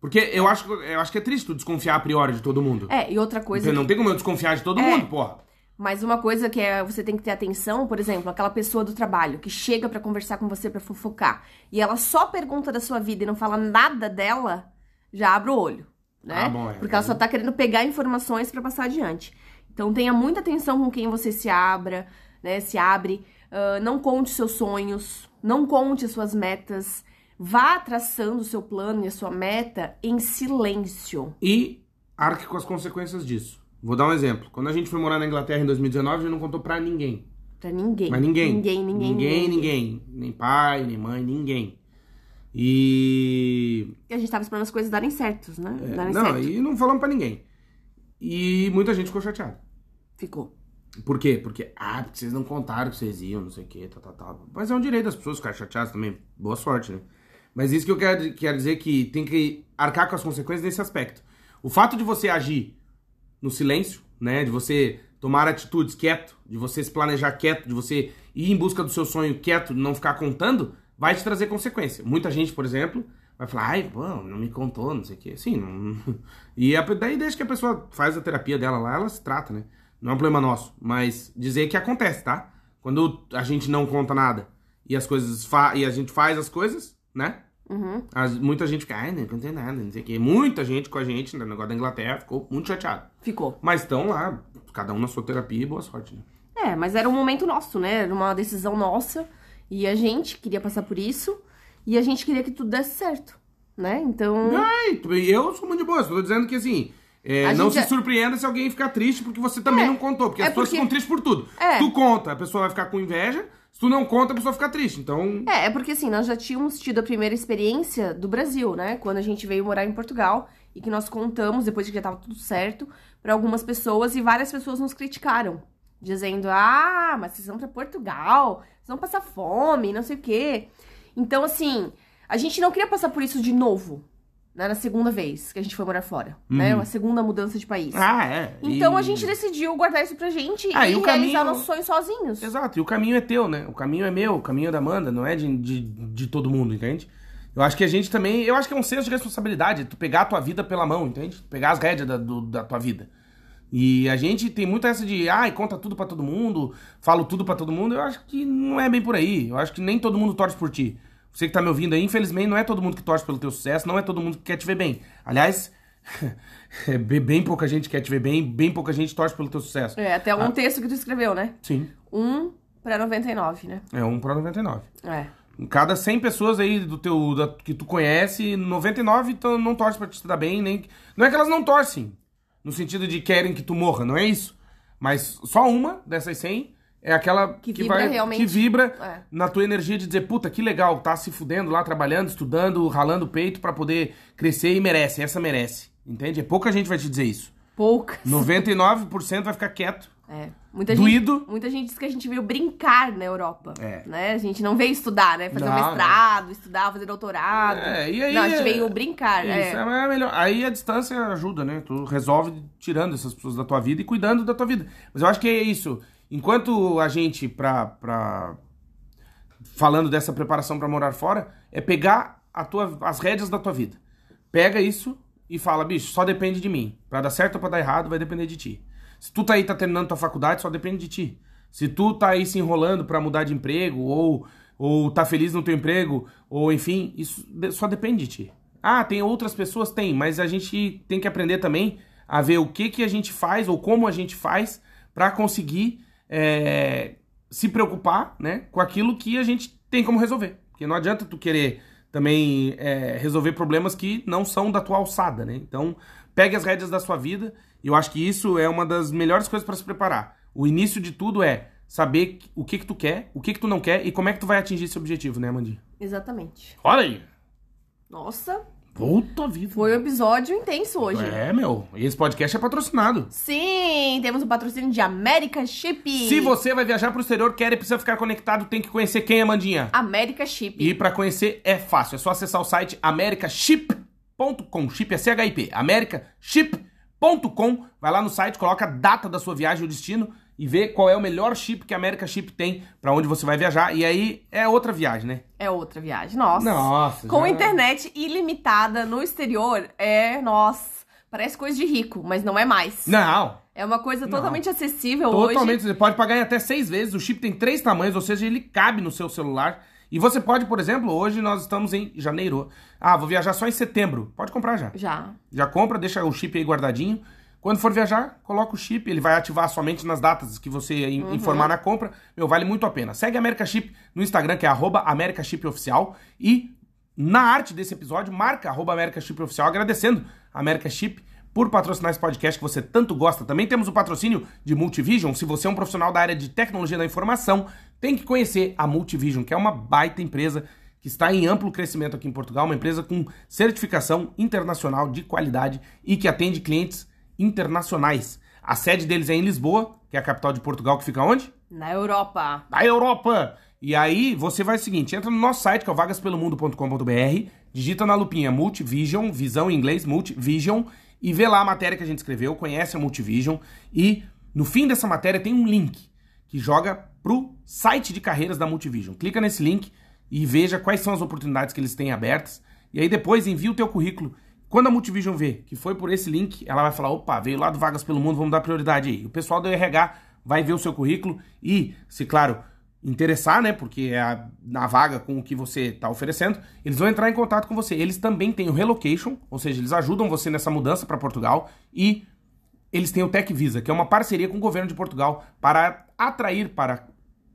A: Porque eu acho, que- eu acho que é triste tu desconfiar a priori de todo mundo.
C: É, e outra coisa.
A: Você não tem como eu desconfiar de todo
C: É.
A: mundo, porra.
C: Mas uma coisa que é, você tem que ter atenção, por exemplo, aquela pessoa do trabalho que chega pra conversar com você pra fofocar e ela só pergunta da sua vida e não fala nada dela, já abre o olho, né?
A: Ah, bom, é.
C: Porque ela só tá querendo pegar informações pra passar adiante. Então tenha muita atenção com quem você se abra, né? Se abre, Ah, não conte seus sonhos, não conte as suas metas. Vá traçando o seu plano e a sua meta em silêncio.
A: E arque com as consequências disso. Vou dar um exemplo. Quando a gente foi morar na Inglaterra em 2019, a gente não contou pra ninguém.
C: Pra ninguém.
A: Mas ninguém.
C: Ninguém, ninguém,
A: Ninguém, ninguém. Nem pai, nem mãe, ninguém. E.
C: E a gente tava esperando as coisas darem certos, né? darem
A: É, não,
C: certo.
A: e não falamos pra ninguém. E muita gente ficou chateada.
C: Ficou.
A: Por quê? Porque, ah, porque vocês não contaram que vocês iam, não sei o que, tá, tá, tá. Mas é um direito das pessoas ficarem chateadas também. Boa sorte, né? Mas isso que eu quero, quero dizer é que tem que arcar com as consequências nesse aspecto. O fato de você agir no silêncio, né? De você tomar atitudes quieto, de você se planejar quieto, de você ir em busca do seu sonho quieto, não ficar contando, vai te trazer consequência. Muita gente, por exemplo, vai falar, ai, pô, não me contou, não sei o quê. Sim, não... e a- daí desde que a pessoa faz a terapia dela lá, ela se trata, né? Não é um problema nosso, mas dizer que acontece, tá? Quando a gente não conta nada e as coisas fa... e a gente faz as coisas, né?
C: Uhum.
A: As- muita gente fica, ai, não contei nada, não sei o quê. Muita gente com a gente, né, no negócio da Inglaterra, ficou muito chateado.
C: Ficou.
A: Mas estão lá, cada um na sua terapia e boa sorte, né?
C: É, mas era um momento nosso, né? Era uma decisão nossa. E a gente queria passar por isso. E a gente queria que tudo desse certo, né? Então.
A: Ai, É, tu- eu sou muito de boa, só tô dizendo que assim. é,
C: A
A: não
C: gente
A: se
C: é-
A: surpreenda se alguém ficar triste porque você também
C: É,
A: não contou. Porque
C: é
A: as pessoas
C: porque-
A: ficam tristes por tudo.
C: É.
A: Tu conta, a pessoa vai ficar com inveja. Se tu não conta, a pessoa fica triste. Então,
C: É, é porque assim, nós já tínhamos tido a primeira experiência do Brasil, né? Quando a gente veio morar em Portugal e que nós contamos, depois que já tava tudo certo, pra algumas pessoas e várias pessoas nos criticaram. Dizendo, ah, mas vocês vão pra Portugal, vocês vão passar fome, não sei o quê. Então, assim, a gente não queria passar por isso de novo, né? Na segunda vez que a gente foi morar fora, né? Uma segunda mudança de país.
A: Uhum. ah, é.
C: Então
A: E-
C: a gente decidiu guardar isso pra gente
A: Ah,
C: e,
A: e o
C: realizar
A: caminho-
C: nossos sonhos sozinhos.
A: Exato, e o caminho é teu, né? O caminho é meu, o caminho é da Amanda, não é de, de, de todo mundo, entende? Eu acho que a gente também. Eu acho que é um senso de responsabilidade, tu pegar a tua vida pela mão, entende? Pegar as rédeas da, do- da tua vida. E a gente tem muito essa de, ai, conta tudo pra todo mundo, falo tudo pra todo mundo. Eu acho que não é bem por aí. Eu acho que nem todo mundo torce por ti. Você que tá me ouvindo aí, infelizmente, não é todo mundo que torce pelo teu sucesso, não é todo mundo que quer te ver bem. Aliás, é bem bem pouca gente quer te ver bem, bem pouca gente torce pelo teu sucesso.
C: É, até um texto que tu escreveu, né?
A: Sim,
C: 1 pra 99, né?
A: é um pro 99.
C: É.
A: Em Cada 100 pessoas aí do teu, da- que tu conhece, 99 tão- não torce pra te dar bem, nem... Não é que elas não torcem, no sentido de querem que tu morra, não é isso. Mas só uma dessas 100 é aquela
C: Que vibra
A: vai,
C: realmente.
A: que vibra
C: É.
A: na tua energia de dizer, puta, que legal, tá se fudendo lá, trabalhando, estudando, ralando o peito pra poder crescer e merece, essa merece, entende? É pouca gente vai te dizer isso.
C: Poucas.
A: 99% vai ficar quieto.
C: É. Muita
A: Doído.
C: Gente, muita gente diz que a gente veio brincar na Europa.
A: É.
C: Né? A gente não veio estudar, né? Fazer
A: Não,
C: um mestrado, estudar, fazer doutorado.
A: É, e aí-
C: Não, a gente veio brincar.
A: Isso,
C: é.
A: é melhor. Aí a distância ajuda, né? Tu resolve tirando essas pessoas da tua vida e cuidando da tua vida. Mas eu acho que é isso. Enquanto a gente, pra, pra... falando dessa preparação pra morar fora, é pegar a tua, as rédeas da tua vida. Pega isso e fala, bicho, só depende de mim. Pra dar certo ou pra dar errado, vai depender de ti. Se tu tá aí, tá terminando tua faculdade, só depende de ti. Se tu tá aí se enrolando pra mudar de emprego, ou, ou tá feliz no teu emprego, ou enfim, isso de- só depende de ti. Ah, tem outras pessoas? Tem, mas a gente tem que aprender também a ver o que, que a gente faz ou como a gente faz pra conseguir é, se preocupar né, com aquilo que a gente tem como resolver. Porque não adianta tu querer também é, resolver problemas que não são da tua alçada, né? Então, pegue as rédeas da sua vida e eu acho que isso é uma das melhores coisas para se preparar. O início de tudo é saber o que que tu quer, o que que tu não quer e como é que tu vai atingir esse objetivo, né, Amandinha?
C: Exatamente.
A: Olha aí!
C: Nossa,
A: Puta vida!
C: foi um episódio intenso hoje.
A: É, meu. Esse podcast é patrocinado.
C: Sim, temos o patrocínio de America Chip.
A: Se você vai viajar pro exterior, quer e precisa ficar conectado, tem que conhecer quem, Amandinha?
C: America Chip.
A: E para conhecer é fácil, é só acessar o site americaship.com, chip é CHIP, americaship.com, vai lá no site, coloca a data da sua viagem, o destino e vê qual é o melhor chip que a America Chip tem para onde você vai viajar e aí é outra viagem, né?
C: É outra viagem. Nossa.
A: Nossa,
C: Com
A: já-
C: internet ilimitada no exterior, é. Nossa. Parece coisa de rico, mas não é mais.
A: Não,
C: É uma coisa totalmente acessível
A: Totalmente.
C: hoje.
A: Você pode pagar em até seis vezes. O chip tem três tamanhos, ou seja, ele cabe no seu celular. E você pode, por exemplo, hoje nós estamos em janeiro. Ah, vou viajar só em setembro. Pode comprar já.
C: Já.
A: Já compra, deixa o chip aí guardadinho. Quando for viajar, coloca o chip. Ele vai ativar somente nas datas que você in- informar na compra. Meu, vale muito a pena. Segue a America Chip no Instagram, que é arroba America Chip Oficial. E na arte desse episódio, marca arroba America Chip Oficial, agradecendo a America Chip por patrocinar esse podcast que você tanto gosta. Também temos o patrocínio de Multivision. Se você é um profissional da área de tecnologia da informação, tem que conhecer a Multivision, que é uma baita empresa que está em amplo crescimento aqui em Portugal, uma empresa com certificação internacional de qualidade e que atende clientes internacionais. A sede deles é em Lisboa, que é a capital de Portugal, que fica onde?
C: Na Europa.
A: da Europa. E aí você vai o seguinte, entra no nosso site, que é o vagaspelomundo.com.br, digita na lupinha Multivision, visão em inglês, Multivision, e vê lá a matéria que a gente escreveu, conhece a Multivision, e no fim dessa matéria tem um link que joga pro site de carreiras da Multivision. Clica nesse link e veja quais são as oportunidades que eles têm abertas, e aí depois envia o teu currículo. Quando a Multivision vê que foi por esse link, ela vai falar, opa, veio lá do Vagas Pelo Mundo, vamos dar prioridade aí. O pessoal do RH vai ver o seu currículo e, se claro, interessar, né? Porque é a, na vaga com o que você está oferecendo, eles vão entrar em contato com você. Eles também têm o relocation, ou seja, eles ajudam você nessa mudança para Portugal e eles têm o Tech Visa, que é uma parceria com o governo de Portugal para atrair para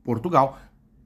A: Portugal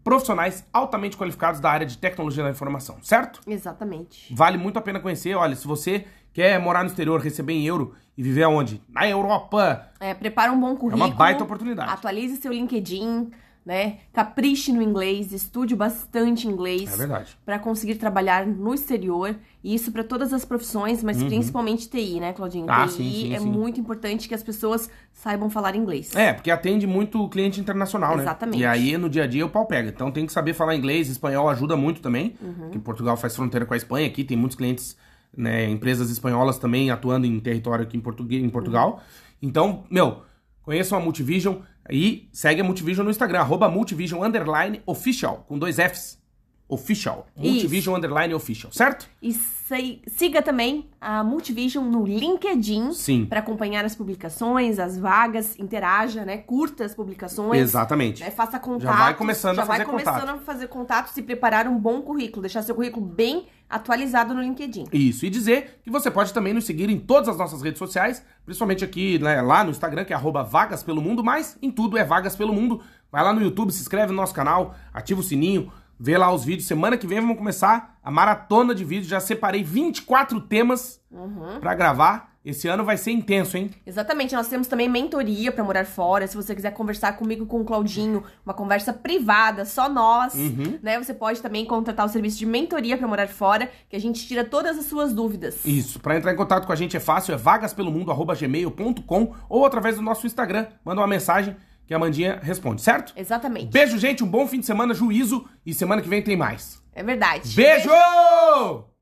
A: profissionais altamente qualificados da área de tecnologia da informação, certo?
C: Exatamente.
A: Vale muito a pena conhecer. Olha, se você quer morar no exterior, receber em euro e viver aonde? Na Europa.
C: É, prepara um bom currículo.
A: baita oportunidade.
C: Atualize seu LinkedIn. né? Capriche no inglês, estude bastante inglês.
A: É verdade.
C: Pra conseguir trabalhar no exterior. E isso pra todas as profissões, mas principalmente TI, né, Claudinho?
A: Uhum. Ah,
C: TI
A: sim, sim,
C: é
A: sim.
C: muito importante que as pessoas saibam falar inglês.
A: É, porque atende muito o cliente internacional, né?
C: Exatamente.
A: E aí, no dia a dia, o pau pega. Então, tem que saber falar inglês, espanhol ajuda muito também.
C: Uhum.
A: Porque Portugal faz fronteira com a Espanha aqui, tem muitos clientes, né, empresas espanholas também atuando em território aqui em, Portugue- em
C: Uhum.
A: Portugal. Então, meu, conheçam a Multivision e segue a Multivision no Instagram, arroba Multivision underline official, com dois Fs. Official.
C: Isso.
A: Multivision underline official, certo?
C: E sei- siga também a Multivision no LinkedIn
A: Sim.
C: pra acompanhar as publicações, as vagas, interaja, né? Curta as publicações.
A: Exatamente.
C: né, faça contato.
A: Já vai começando a fazer
C: vai começando
A: contato.
C: a fazer contato, se preparar um bom currículo, deixar seu currículo bem atualizado no LinkedIn.
A: Isso, e dizer que você pode também nos seguir em todas as nossas redes sociais, principalmente aqui, né, lá no Instagram, que é arroba Vagas Pelo Mundo, mas em tudo é Vagas Pelo Mundo. Vai lá no YouTube, se inscreve no nosso canal, ativa o sininho, vê lá os vídeos. Semana que vem vamos começar a maratona de vídeos. Já separei 24 temas
C: Uhum.
A: pra gravar. Esse ano vai ser intenso, hein?
C: Exatamente, nós temos também mentoria pra morar fora. Se você quiser conversar comigo, com o Claudinho, uma conversa privada, só nós,
A: Uhum.
C: né? Você pode também contratar o serviço de mentoria pra morar fora, que a gente tira todas as suas dúvidas.
A: Isso. Pra entrar em contato com a gente é fácil, é vagaspelomundo@gmail.com ou através do nosso Instagram. Manda uma mensagem que a Mandinha responde, certo?
C: Exatamente.
A: Beijo, gente. Um bom fim de semana, juízo. E semana que vem tem mais.
C: É verdade.
A: Beijo!